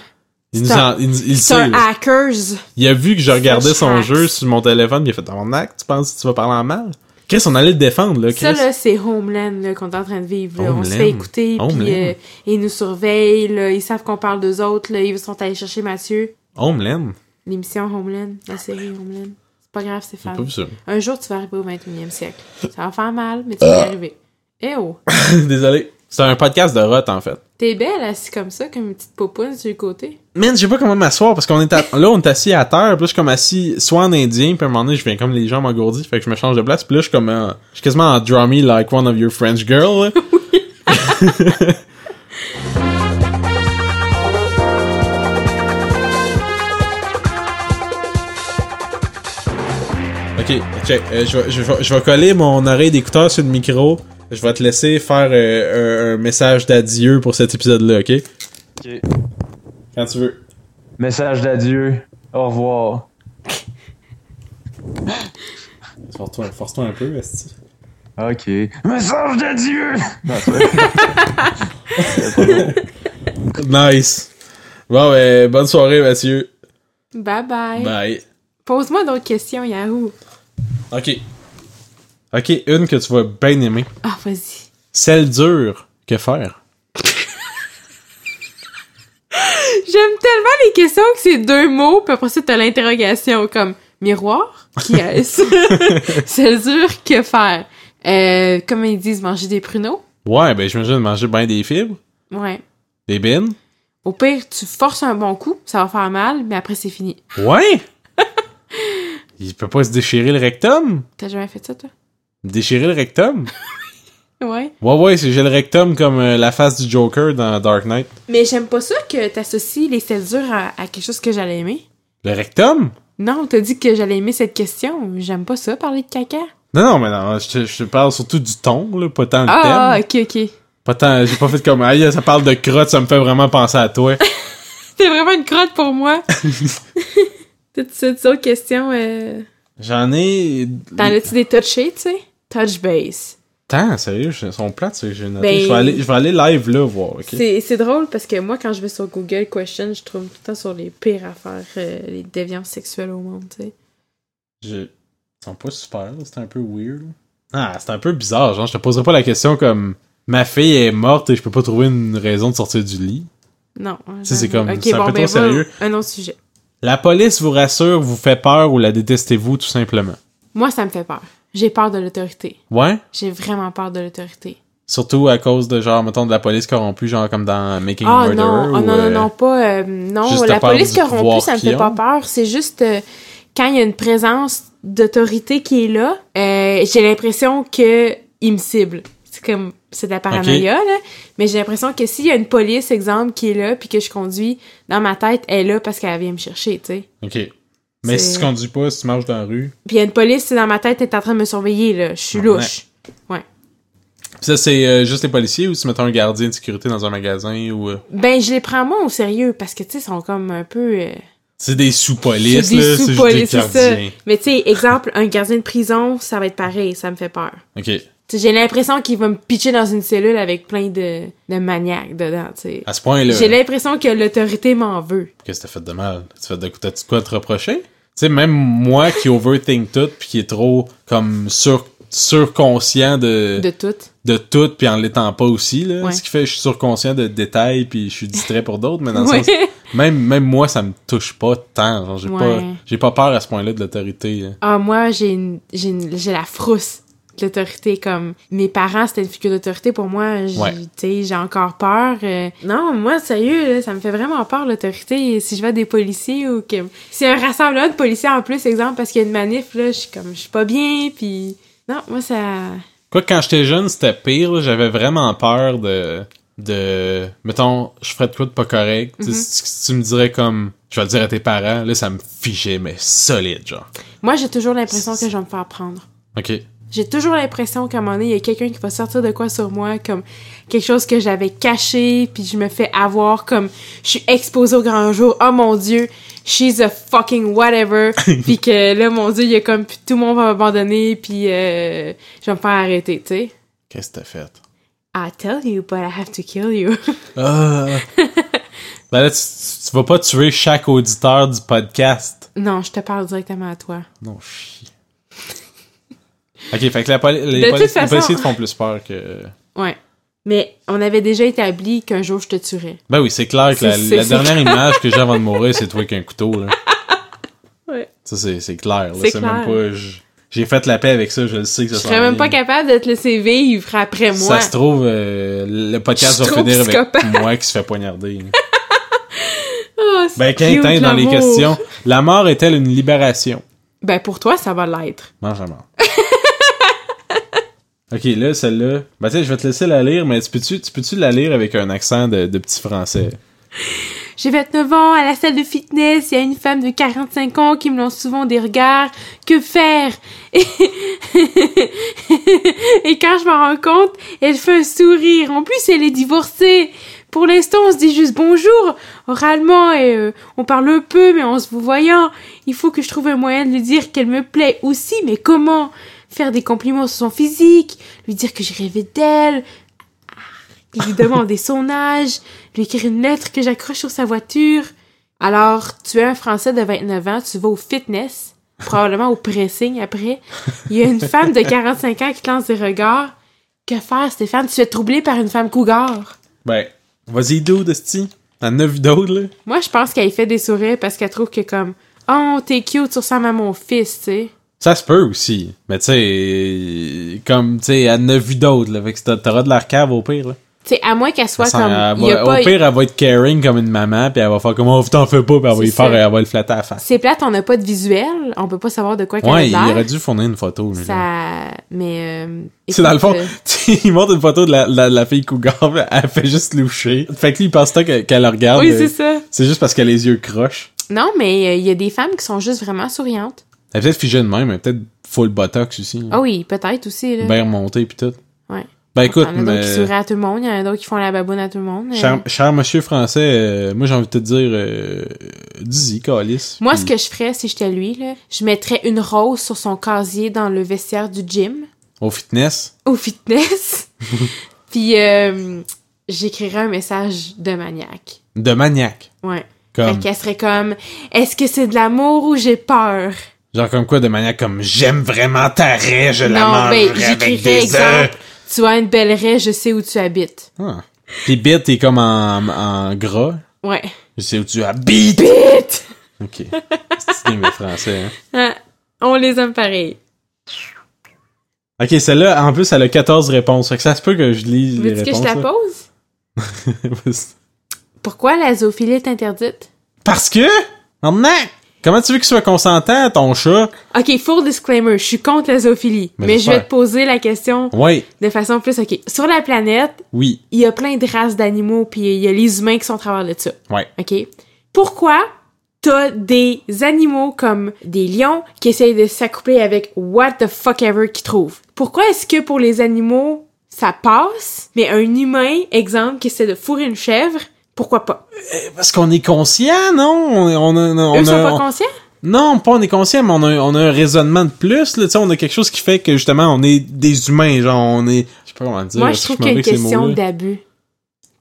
Il nous
c'est un-
en- il, il
C'est
sait.
un
là.
hackers!
Il a vu que je regardais son
hacks.
jeu sur mon téléphone, il a fait Tabarnak, tu penses que tu vas parler en mal? Chris, on allait le défendre, là, Chris.
Ça, là, c'est Homeland là, qu'on est en train de vivre. là. On se
Homeland.
fait écouter,
Homeland.
puis euh, ils nous surveillent, là, ils savent qu'on parle d'eux autres, là, ils sont allés chercher Mathieu.
Homeland.
L'émission Homeland, la série Homeland. C'est pas grave,
J'ai
Stéphane.
pas vu ça.
Un jour, tu vas arriver au 21e siècle. Ça va faire mal, mais tu vas y arriver. Eh oh!
Désolé. C'est un podcast de rot, en fait.
T'es belle assise comme ça, comme une petite popoune sur le côté.
Man, je sais pas comment m'asseoir parce qu'on est à- là, on est assis à terre, puis là, je suis comme assis soit en indien, puis à un moment donné, je viens comme les jambes engourdies, fait que je me change de place, puis là, je suis comme en- je suis quasiment en draw me like one of your French girl. là. ok, check. Euh, je, vais- je vais- je vais coller mon oreille d'écouteur sur le micro. Je vais te laisser faire euh, un, un message d'adieu pour cet épisode-là, ok?
Ok.
Quand tu veux.
Message d'adieu. Au revoir.
Force-toi force-toi un peu, Esti.
Ok. Message d'adieu! Non, c'est vrai.
Nice. Bon, ben, bonne soirée, Mathieu.
Bye bye!
Bye.
Pose-moi d'autres questions, Yahoo!
OK. OK, une que tu vas bien aimer.
Ah, vas-y!
Celle dure, que faire?
J'aime tellement les questions que c'est deux mots, puis après ça, t'as l'interrogation comme miroir, qui est-ce? c'est dur, que faire? Euh, comme ils disent, manger des pruneaux?
Ouais, ben j'imagine manger bien des fibres,
Ouais.
des bines.
Au pire, tu forces un bon coup, ça va faire mal, mais après, c'est fini.
Ouais! Il peut pas se déchirer le rectum?
T'as jamais fait ça, toi?
Déchirer le rectum?
Ouais.
Ouais, ouais, c'est j'ai le rectum comme euh, la face du Joker dans Dark Knight.
Mais j'aime pas ça que t'associes les selles dures à, à quelque chose que j'allais aimer.
Le rectum?
Non, t'as dit que j'allais aimer cette question. J'aime pas ça, parler de caca.
Non, non, mais non, je te, je te parle surtout du ton, là, pas tant le thème.
Ah, ah, ok, ok.
Pas tant, j'ai pas fait comme, aïe, ça parle de crotte, ça me fait vraiment penser à toi.
C'était vraiment une crotte pour moi. Toutes ces autres questions, euh...
J'en ai.
t'en as-tu des touchés, tu sais? Touch base.
Tant, sérieux, ils sont plates, ceux que j'ai noté.
Ben-
Je, vais aller, je vais aller live là voir, ok?
C'est- C'est drôle parce que moi, quand je vais sur Google Question, je trouve tout le temps sur les pires affaires, euh, les déviances sexuelles au monde, tu sais.
Je... Ils sont pas super, là, c'est un peu weird. Ah, c'est un peu bizarre, genre, je te poserai pas la question comme ma fille est morte et je peux pas trouver une raison de sortir du lit.
Non.
sais, c'est
j'avoue.
comme-
Ok,
c'est un peu trop
va-
sérieux.
Un autre sujet.
La police vous rassure, vous fait peur ou la détestez-vous tout simplement?
Moi, ça me fait peur. J'ai peur de l'autorité.
Ouais?
J'ai vraiment peur de l'autorité.
Surtout à cause de genre, mettons, de la police corrompue, genre comme dans Making a
Ah
Murderer.
non,
ou,
ah, non,
euh,
non, non, pas. euh, non,
juste
la
à part
police
du
corrompue,
pouvoir
ça me
qui
fait pas
ont.
peur. C'est juste euh, quand il y a une présence d'autorité qui est là, euh, j'ai l'impression que il me cible. C'est comme c'est de la paranoïa là, mais j'ai l'impression que s'il y a une police exemple qui est là puis que je conduis dans ma tête, elle est là parce qu'elle vient me chercher, tu sais.
Ok. Mais
C'est-
si tu conduis pas, si tu marches dans la rue.
Puis il y a une police, c'est dans ma tête, elle est en train de me surveiller là, je suis
Ouais.
louche.
Pis ça, c'est euh, juste les policiers ou si mettons un gardien de sécurité dans un magasin ou. euh,
Ben, je les prends moins au sérieux parce que, tu sais, ils sont comme un peu. euh,
C'est des sous-polices,
C'est des
là. C'est juste des
sous-polices, c'est ça.
gardiens.
Mais, tu sais, exemple, un gardien de prison, ça va être pareil, ça me fait peur.
OK.
Tu sais, j'ai l'impression qu'il va me pitcher dans une cellule avec plein de, de maniaques dedans, tu sais.
À ce point-là,
J'ai l'impression que l'autorité m'en veut.
qu'est-ce que t'as fait de mal? Tu fait de t'as-tu de quoi te reprocher? Tu sais, même moi qui overthink tout puis qui est trop, comme, sur surconscient de,
De
de...
tout.
tout puis en l'étant pas aussi, là.
Ouais.
Ce qui fait que je suis surconscient de détails puis je suis distrait pour d'autres, mais dans le
Ouais.
sens... Même, même moi, ça me touche pas tant. Genre, j'ai pas,
Ouais.
j'ai pas peur à ce point-là de l'autorité. là.
Ah, moi, j'ai une, j'ai une- j'ai la frousse de l'autorité. Comme mes parents, c'était une figure d'autorité pour moi. J'ai-
Ouais.
Tu sais, j'ai encore peur. euh, Non, moi, sérieux, là, ça me fait vraiment peur l'autorité. Si je vois des policiers ou que. Si un rassemblement de policiers en plus, exemple, parce qu'il y a une manif, là, je suis comme, je suis pas bien, puis. Non, moi, ça.
Quoi que quand j'étais jeune, c'était pire. là. J'avais vraiment peur de de mettons je ferais de quoi de pas correct Tu-
Mm-hmm.
si, si tu me dirais comme je vais le dire à tes parents là ça me figeait mais solide genre
Moi, j'ai toujours l'impression que je vais me faire prendre.
ok
J'ai toujours l'impression qu'à un moment donné, il y a quelqu'un qui va sortir de quoi sur moi, comme quelque chose que j'avais caché, puis je me fais avoir, comme je suis exposée au grand jour. Oh mon Dieu, she's a fucking whatever. puis que là, mon Dieu, il y a comme puis tout le monde va m'abandonner, puis euh, je vais me faire arrêter, tu sais.
qu'est-ce que t'as fait
I tell you, but I have to kill you.
ah. ben là tu, tu- tu vas pas tuer chaque auditeur du podcast
non, je te parle directement à toi.
non chie Ok, fait que la poli- les,
De
poli-
toute
les
façon-
policiers te font plus peur que.
Ouais. Mais on avait déjà établi qu'un jour je te tuerais.
Ben oui, c'est clair que la,
C'est- c'est-
la
c'est
dernière image que j'ai avant de mourir, c'est toi avec un couteau, là.
Ouais.
Ça, c'est c'est clair, là.
C'est
C'est
clair.
même pas. je- J'ai fait la paix avec ça, je le sais que
Je
ça
serais même pas
capable
capable de te laisser vivre après moi.
Ça se trouve, euh, le podcast
Je suis
va
trop
finir avec
psychopathe.
moi qui se fait poignarder. là.
Ah, c'est
Ben,
cute,
Quintin, dans les
l'amour.
questions, la mort est-elle une libération?
Ben, pour toi, ça va l'être.
Mange la mort. ok, là, celle-là. Ben, tu sais, je vais te laisser la lire, mais tu peux-tu tu peux-tu la lire avec un accent de, de petit français?
J'ai 29 ans, à la salle de fitness, il y a une femme de 45 ans qui me lance souvent des regards. Que faire? Et, Et quand je m'en rends compte, elle fait un sourire. En plus, elle est divorcée. Pour l'instant, on se dit juste bonjour, oralement, et euh, on parle un peu, mais en se vous voyant. Il faut que je trouve un moyen de lui dire qu'elle me plaît aussi, mais comment? Faire des compliments sur son physique, lui dire que j'ai rêvé d'elle, ah, lui demander son âge, lui écrire une lettre que j'accroche sur sa voiture. Alors, tu es un Français de 29 ans, tu vas au fitness, probablement au pressing après. Il y a une femme de 45 ans qui te lance des regards. Que faire, Stéphane? Tu es troublé par une femme cougar.
Ben, vas-y, dude, esti. T'en as vu d'autres, là?
Moi, je pense qu'elle fait des sourires parce qu'elle trouve que comme « Oh, t'es cute, tu ressembles à mon fils, tu sais.
Ça se peut aussi. Mais tu sais, comme, tu sais, elle en a vu d'autres, là. Fait que t'as- t'auras de la cave au pire, là. »
Tu sais, à moins qu'elle soit
Ça,
comme...
elle
il y a
va-
pas-
Au pire, elle va être caring comme une maman, puis elle va faire comme, oh, t'en fais pas, puis elle va
C'est
y faire,
ça.
elle va le flatter à la face.
C'est plate, on n'a pas de visuel, on peut pas savoir de quoi qu'elle a
Ouais, il
l'air.
aurait dû fournir une photo, lui, là.
Ça... Mais... euh,
C'est dans le fond,
écoute, euh,
il montre une photo de la, la, la fille cougar, puis elle fait juste loucher. Fait que lui, il pense tant que- qu'elle le regarde.
Oui,
euh,
c'est ça.
c'est juste parce qu'elle a les yeux croches.
Non, mais euh, il y a des femmes qui sont juste vraiment souriantes.
Elle est peut-être figée de même, elle est peut-être full botox aussi. là.
Ah oui, peut-être aussi. Là.
Bien remontée, puis tout.
Ouais.
Ben écoute,
Ah, il y en a d'autres qui
mais...
sourient à tout le monde, il y en a d'autres qui font la baboune à tout le monde. euh.
Cher, cher monsieur français, euh, moi j'ai envie de te dire, euh, dis-y, calice.
Moi, ce
Puis-
que je ferais, si j'étais lui, là, je mettrais une rose sur son casier dans le vestiaire du gym,
Au fitness,
au fitness. Puis euh, j'écrirais un message de maniaque.
de maniaque.
Ouais.
Comme,
Fait qu'elle serait comme Est-ce que c'est de l'amour ou j'ai peur?
genre comme quoi, de maniaque comme, j'aime vraiment ta raie, je la
non,
mangerai
ben
avec
j'écrirais
des œufs.
exemple Tu as une belle raie, je sais où tu habites.
Ah. Puis bit, t'es comme en, en gras.
Ouais.
Je sais où tu habites.
Bite!
Ok. C'est bien français, hein.
Ah, on les aime pareil.
Ok, celle-là, en plus, elle a 14 réponses. Fait que ça se peut que je lise les
Veux-tu que
réponses.
je la
là.
pose? Pourquoi la zoophilie est interdite?
Parce que, maintenant, comment tu veux qu'il soit consentant, ton chat?
Ok, full disclaimer, je suis contre la zoophilie,
Mais
mais, je
j'espère.
vais te poser la question
Ouais,
de façon plus ok. Sur la planète,
oui,
il y a plein de races d'animaux, puis il y a les humains qui sont à travers de ça.
ouais.
Ok. Pourquoi t'as des animaux comme des lions qui essayent de s'accoupler avec what the fuck ever qu'ils trouvent? Pourquoi est-ce que pour les animaux ça passe, mais un humain, exemple, qui essaie de fourrer une chèvre, pourquoi pas?
Parce qu'on est conscient, non? On, on a, on a-
Eux sont pas
on-
conscients?
Non, pas on est conscient, mais on a, on a un raisonnement de plus, là, tu sais, on a quelque chose qui fait que, justement, on est des humains, genre, on est... Je sais pas comment dire. euh,
Moi, je
parce que
trouve qu'il y a une
m'en vais avec ces
question
mots-là.
d'abus.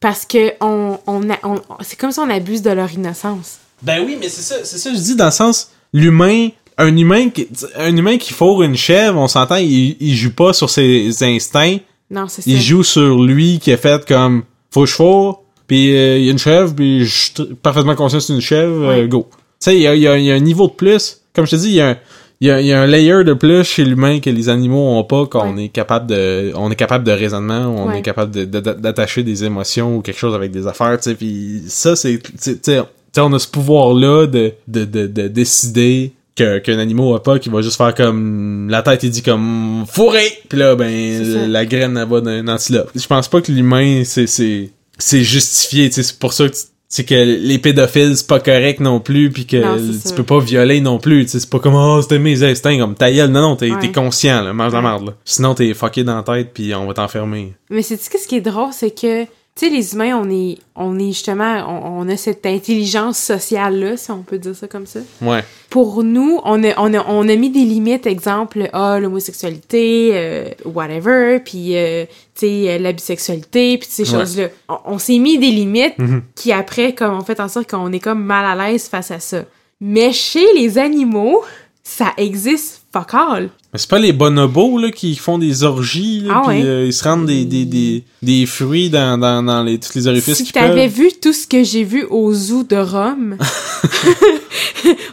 Parce que on, on, a- on- on- c'est comme si on abuse de leur innocence.
Ben oui, mais c'est ça, c'est ça que je dis dans le sens, l'humain... Un humain, qui, un humain qui fourre une chèvre, on s'entend, il, il joue pas sur ses instincts,
Non, c'est ça.
il joue sur lui qui est fait comme faut que je fourre, puis euh, il y a une chèvre, puis je suis tr- parfaitement conscient que c'est une chèvre, euh,
Ouais.
go. Tu sais, il y a, il y a- il y a un niveau de plus. Comme je te dis, il y a un, il y a- il y a un layer de plus chez l'humain que les animaux ont pas, qu'on est capable de, on est capable de raisonnement, ou on
Ouais.
est capable de- de- d'attacher des émotions ou quelque chose avec des affaires, tu sais, puis ça, c'est, tu sais, tu sais, tu sais, on a ce pouvoir-là de, de, de, de décider que- qu'un animal a pas, qui va juste faire comme, la tête est dit comme, fourré! Puis là, ben,
C'est ça.
la graine, elle va d'un antilope. Je pense pas que l'humain, c'est, c'est, c'est justifié, tu sais, c'est pour ça que tu- c'est que les pédophiles c'est pas correct non plus puis que
Non, c'est
tu
ça.
peux pas violer non plus tu sais c'est pas comme oh c'était mes instincts comme ta gueule. non non t'es
Ouais.
t'es conscient là mange la
Ouais.
merde là sinon t'es fucké dans la tête puis on va t'enfermer
Mais c'est tu ce qui est drôle, c'est que tu sais les humains, on est, on est justement, on, on a cette intelligence sociale là, si on peut dire ça comme ça.
ouais
Pour nous, on a, on a, on a mis des limites, exemple, ah l'homosexualité, euh, whatever, puis euh, tu sais euh, la bisexualité, puis ces
Ouais.
choses là. On, on s'est mis des limites
Mhm.
qui après, comme on fait en sorte qu'on est comme mal à l'aise face à ça. Mais chez les animaux, ça existe Fuck all.
Mais c'est pas les bonobos là, qui font des orgies, là,
Ah
puis,
ouais.
euh, ils se rendent des, des, des, des fruits dans, dans, dans les, tous les orifices
Si
qu'ils
t'avais
peuvent.
vu tout ce que j'ai vu au zoo de Rome,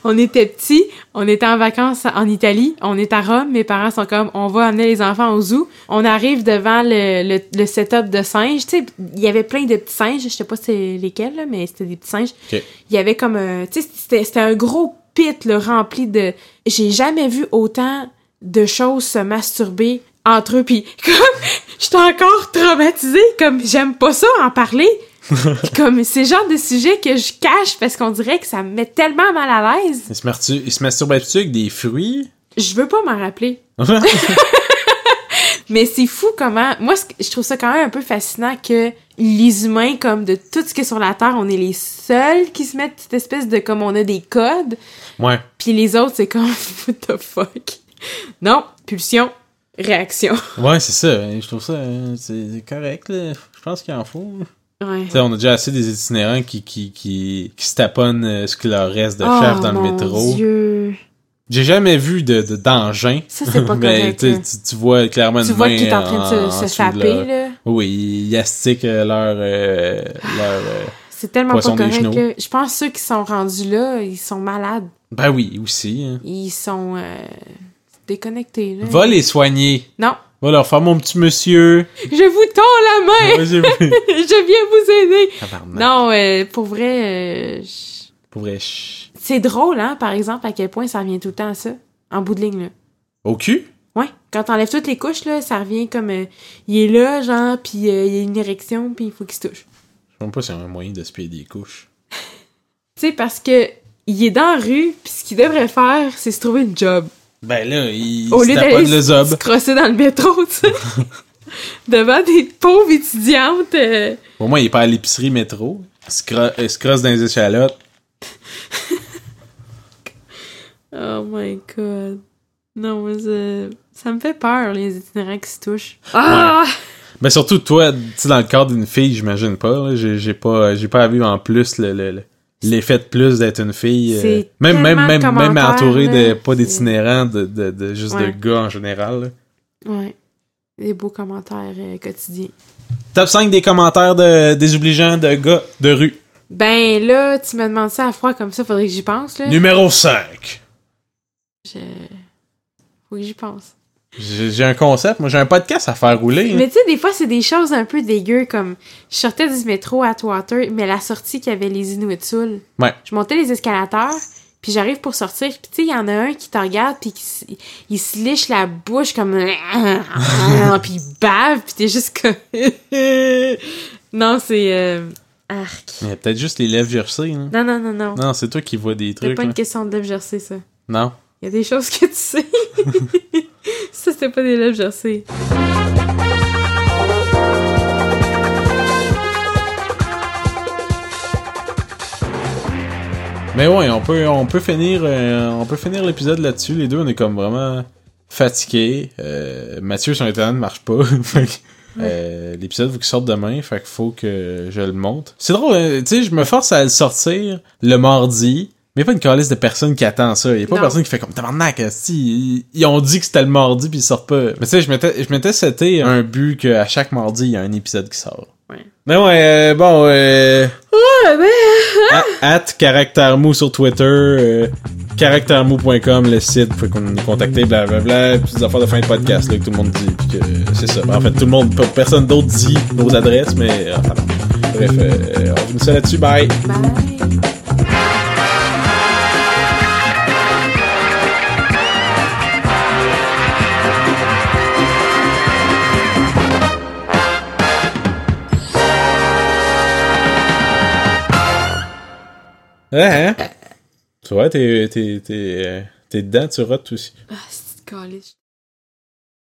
on était petits, on était en vacances en Italie, on est à Rome, mes parents sont comme, on va amener les enfants au zoo. On arrive devant le, le, le setup de singes, tu sais, il y avait plein de petits singes, je sais pas c'est lesquels, là, mais c'était des petits singes.
Ok.
Il y avait comme, un- tu sais, c'était c'était un gros pit là, rempli de... J'ai jamais vu autant de choses se masturber entre eux, puis comme, j'étais encore traumatisée, comme j'aime pas ça en parler. Puis comme c'est le genre de sujet que je cache parce qu'on dirait que ça me met tellement mal à l'aise.
Ils se, martu- ils se masturbent-tu avec des fruits?
Je veux pas m'en rappeler. Mais c'est fou comment moi ce que- je trouve ça quand même un peu fascinant que les humains comme de tout ce qui est sur la terre, on est les seuls qui se mettent cette espèce de comme on a des codes,
ouais.
puis les autres c'est comme what the fuck. Non, pulsion, réaction.
Ouais, c'est ça. Je trouve ça euh, c'est c'est correct. Là. Je pense qu'il en faut. là.
Ouais.
Tu sais, on a déjà assez des itinérants qui, qui, qui, qui se taponnent euh, ce qu'il leur reste de
Oh,
chef dans le
mon
métro.
Dieu.
J'ai jamais vu de de- d'engin.
Ça c'est pas
mais
correct.
tu,
là.
tu- tu vois clairement
Tu
une
vois
main
qu'il est en train de se, se
dessous de
saper
leur-
là.
Oui, ils astiquent euh, leur... euh, leur euh,
C'est tellement
Poisson
pas
des
correct.
genoux.
là. Je pense que ceux qui sont rendus là, ils sont malades.
Ben oui, aussi. hein.
Ils sont euh, déconnectés. Là.
Va les soigner.
Non.
Va leur faire mon petit monsieur.
Je vous tends la main!
Vas-y, Ah oui.
je viens vous aider!
Tabarnak.
Non, euh, pour vrai, euh, je-
Pour vrai, chut.
c'est drôle, hein, par exemple, à quel point ça revient tout le temps à ça, en bout de ligne, là.
Au cul?
Ouais, quand t'enlèves toutes les couches, là, ça revient comme... euh, il est là, genre, puis euh, il y a une érection, puis il faut qu'il se touche.
Je sais même pas si y a un moyen de se payer des couches.
Tu sais, parce que il est dans la rue, puis ce qu'il devrait faire, c'est se trouver une job.
Ben là, ils
Au
se
lieu d'aller
taponnent
se,
le
se
zob.
crosser dans le métro, tu sais. Devant des pauvres étudiantes. euh,
Au moins, il est pas à l'épicerie métro. Il se, cro- il se crosse dans les échalotes.
Oh my god. Non, mais ça, ça me fait peur, les itinérants qui se touchent. Ah!
Mais Ben, surtout, toi, tu sais, dans le corps d'une fille, j'imagine pas. là. J'ai j'ai pas, j'ai pas à vivre en plus le- le- le- l'effet de plus d'être une fille. euh,
C'est
même, même,
tellement de
même, même
commentaires,
entourée de,
là.
pas d'itinérants, de, de, de- juste de
Ouais.
gars en général. là.
Ouais. Des beaux commentaires euh, quotidiens.
Top 5 des commentaires de, désobligeants de gars de rue.
Ben là, tu me demandes ça à froid comme ça, faudrait que j'y pense, là.
Numéro 5.
Je... Faut que j'y pense.
J'ai j'ai un concept, moi j'ai un podcast à faire rouler. hein.
Mais tu sais, des fois, c'est des choses un peu dégueu, comme je sortais du métro à Atwater, mais la sortie qu'il y avait les Inuitsul.
Ouais.
Je montais les escalateurs, puis j'arrive pour sortir, puis tu sais, il y en a un qui te regarde, puis qui s- il se liche la bouche comme... puis il bave, puis t'es juste comme... non, c'est... euh, Arc.
Il y a peut-être juste les lèvres gercées. hein.
Non, non, non, non.
Non, c'est toi qui vois des
C'est
trucs.
pas une
là.
question de lèvres gercées, ça.
Non.
Il y a des choses que tu sais. ça, c'était pas des lèvres gercées.
Mais ouais, on peut, on peut finir, euh, on peut finir l'épisode là-dessus. Les deux, on est comme vraiment fatigués. Euh, Mathieu, son internet ne marche pas. Fait que, euh, L'épisode, vous qu'il sorte demain, fait qu'il faut que je le monte. C'est drôle, hein, tu sais, je me force à le sortir le mardi, mais il y a pas une calice de personnes qui attend ça. Il y a pas
Non.
personne qui fait comme tabarnak, si ils ont dit que c'était le mardi puis ils sortent pas. Mais tu sais, je m'étais, je m'étais c'était un but qu'à chaque mardi, il y a un épisode qui sort.
Ouais.
Mais ouais, euh, bon, euh,
Ah, ben,
à- Ah, at caractère mou sur Twitter, euh, caractèremou.com, le site, faut qu'on nous contacter, blablabla, puis des affaires de fin de podcast là, que tout le monde dit, puis que euh, c'est ça. En fait, tout le monde, pas- personne d'autre dit nos adresses, mais euh, enfin, bon. bref, euh, on finit ça là-dessus, bye!
bye.
Hein, hein? Tu vois, t'es, t'es, t'es, euh, t'es dedans, tu rotes aussi. euh,
Ah, c'est une calice.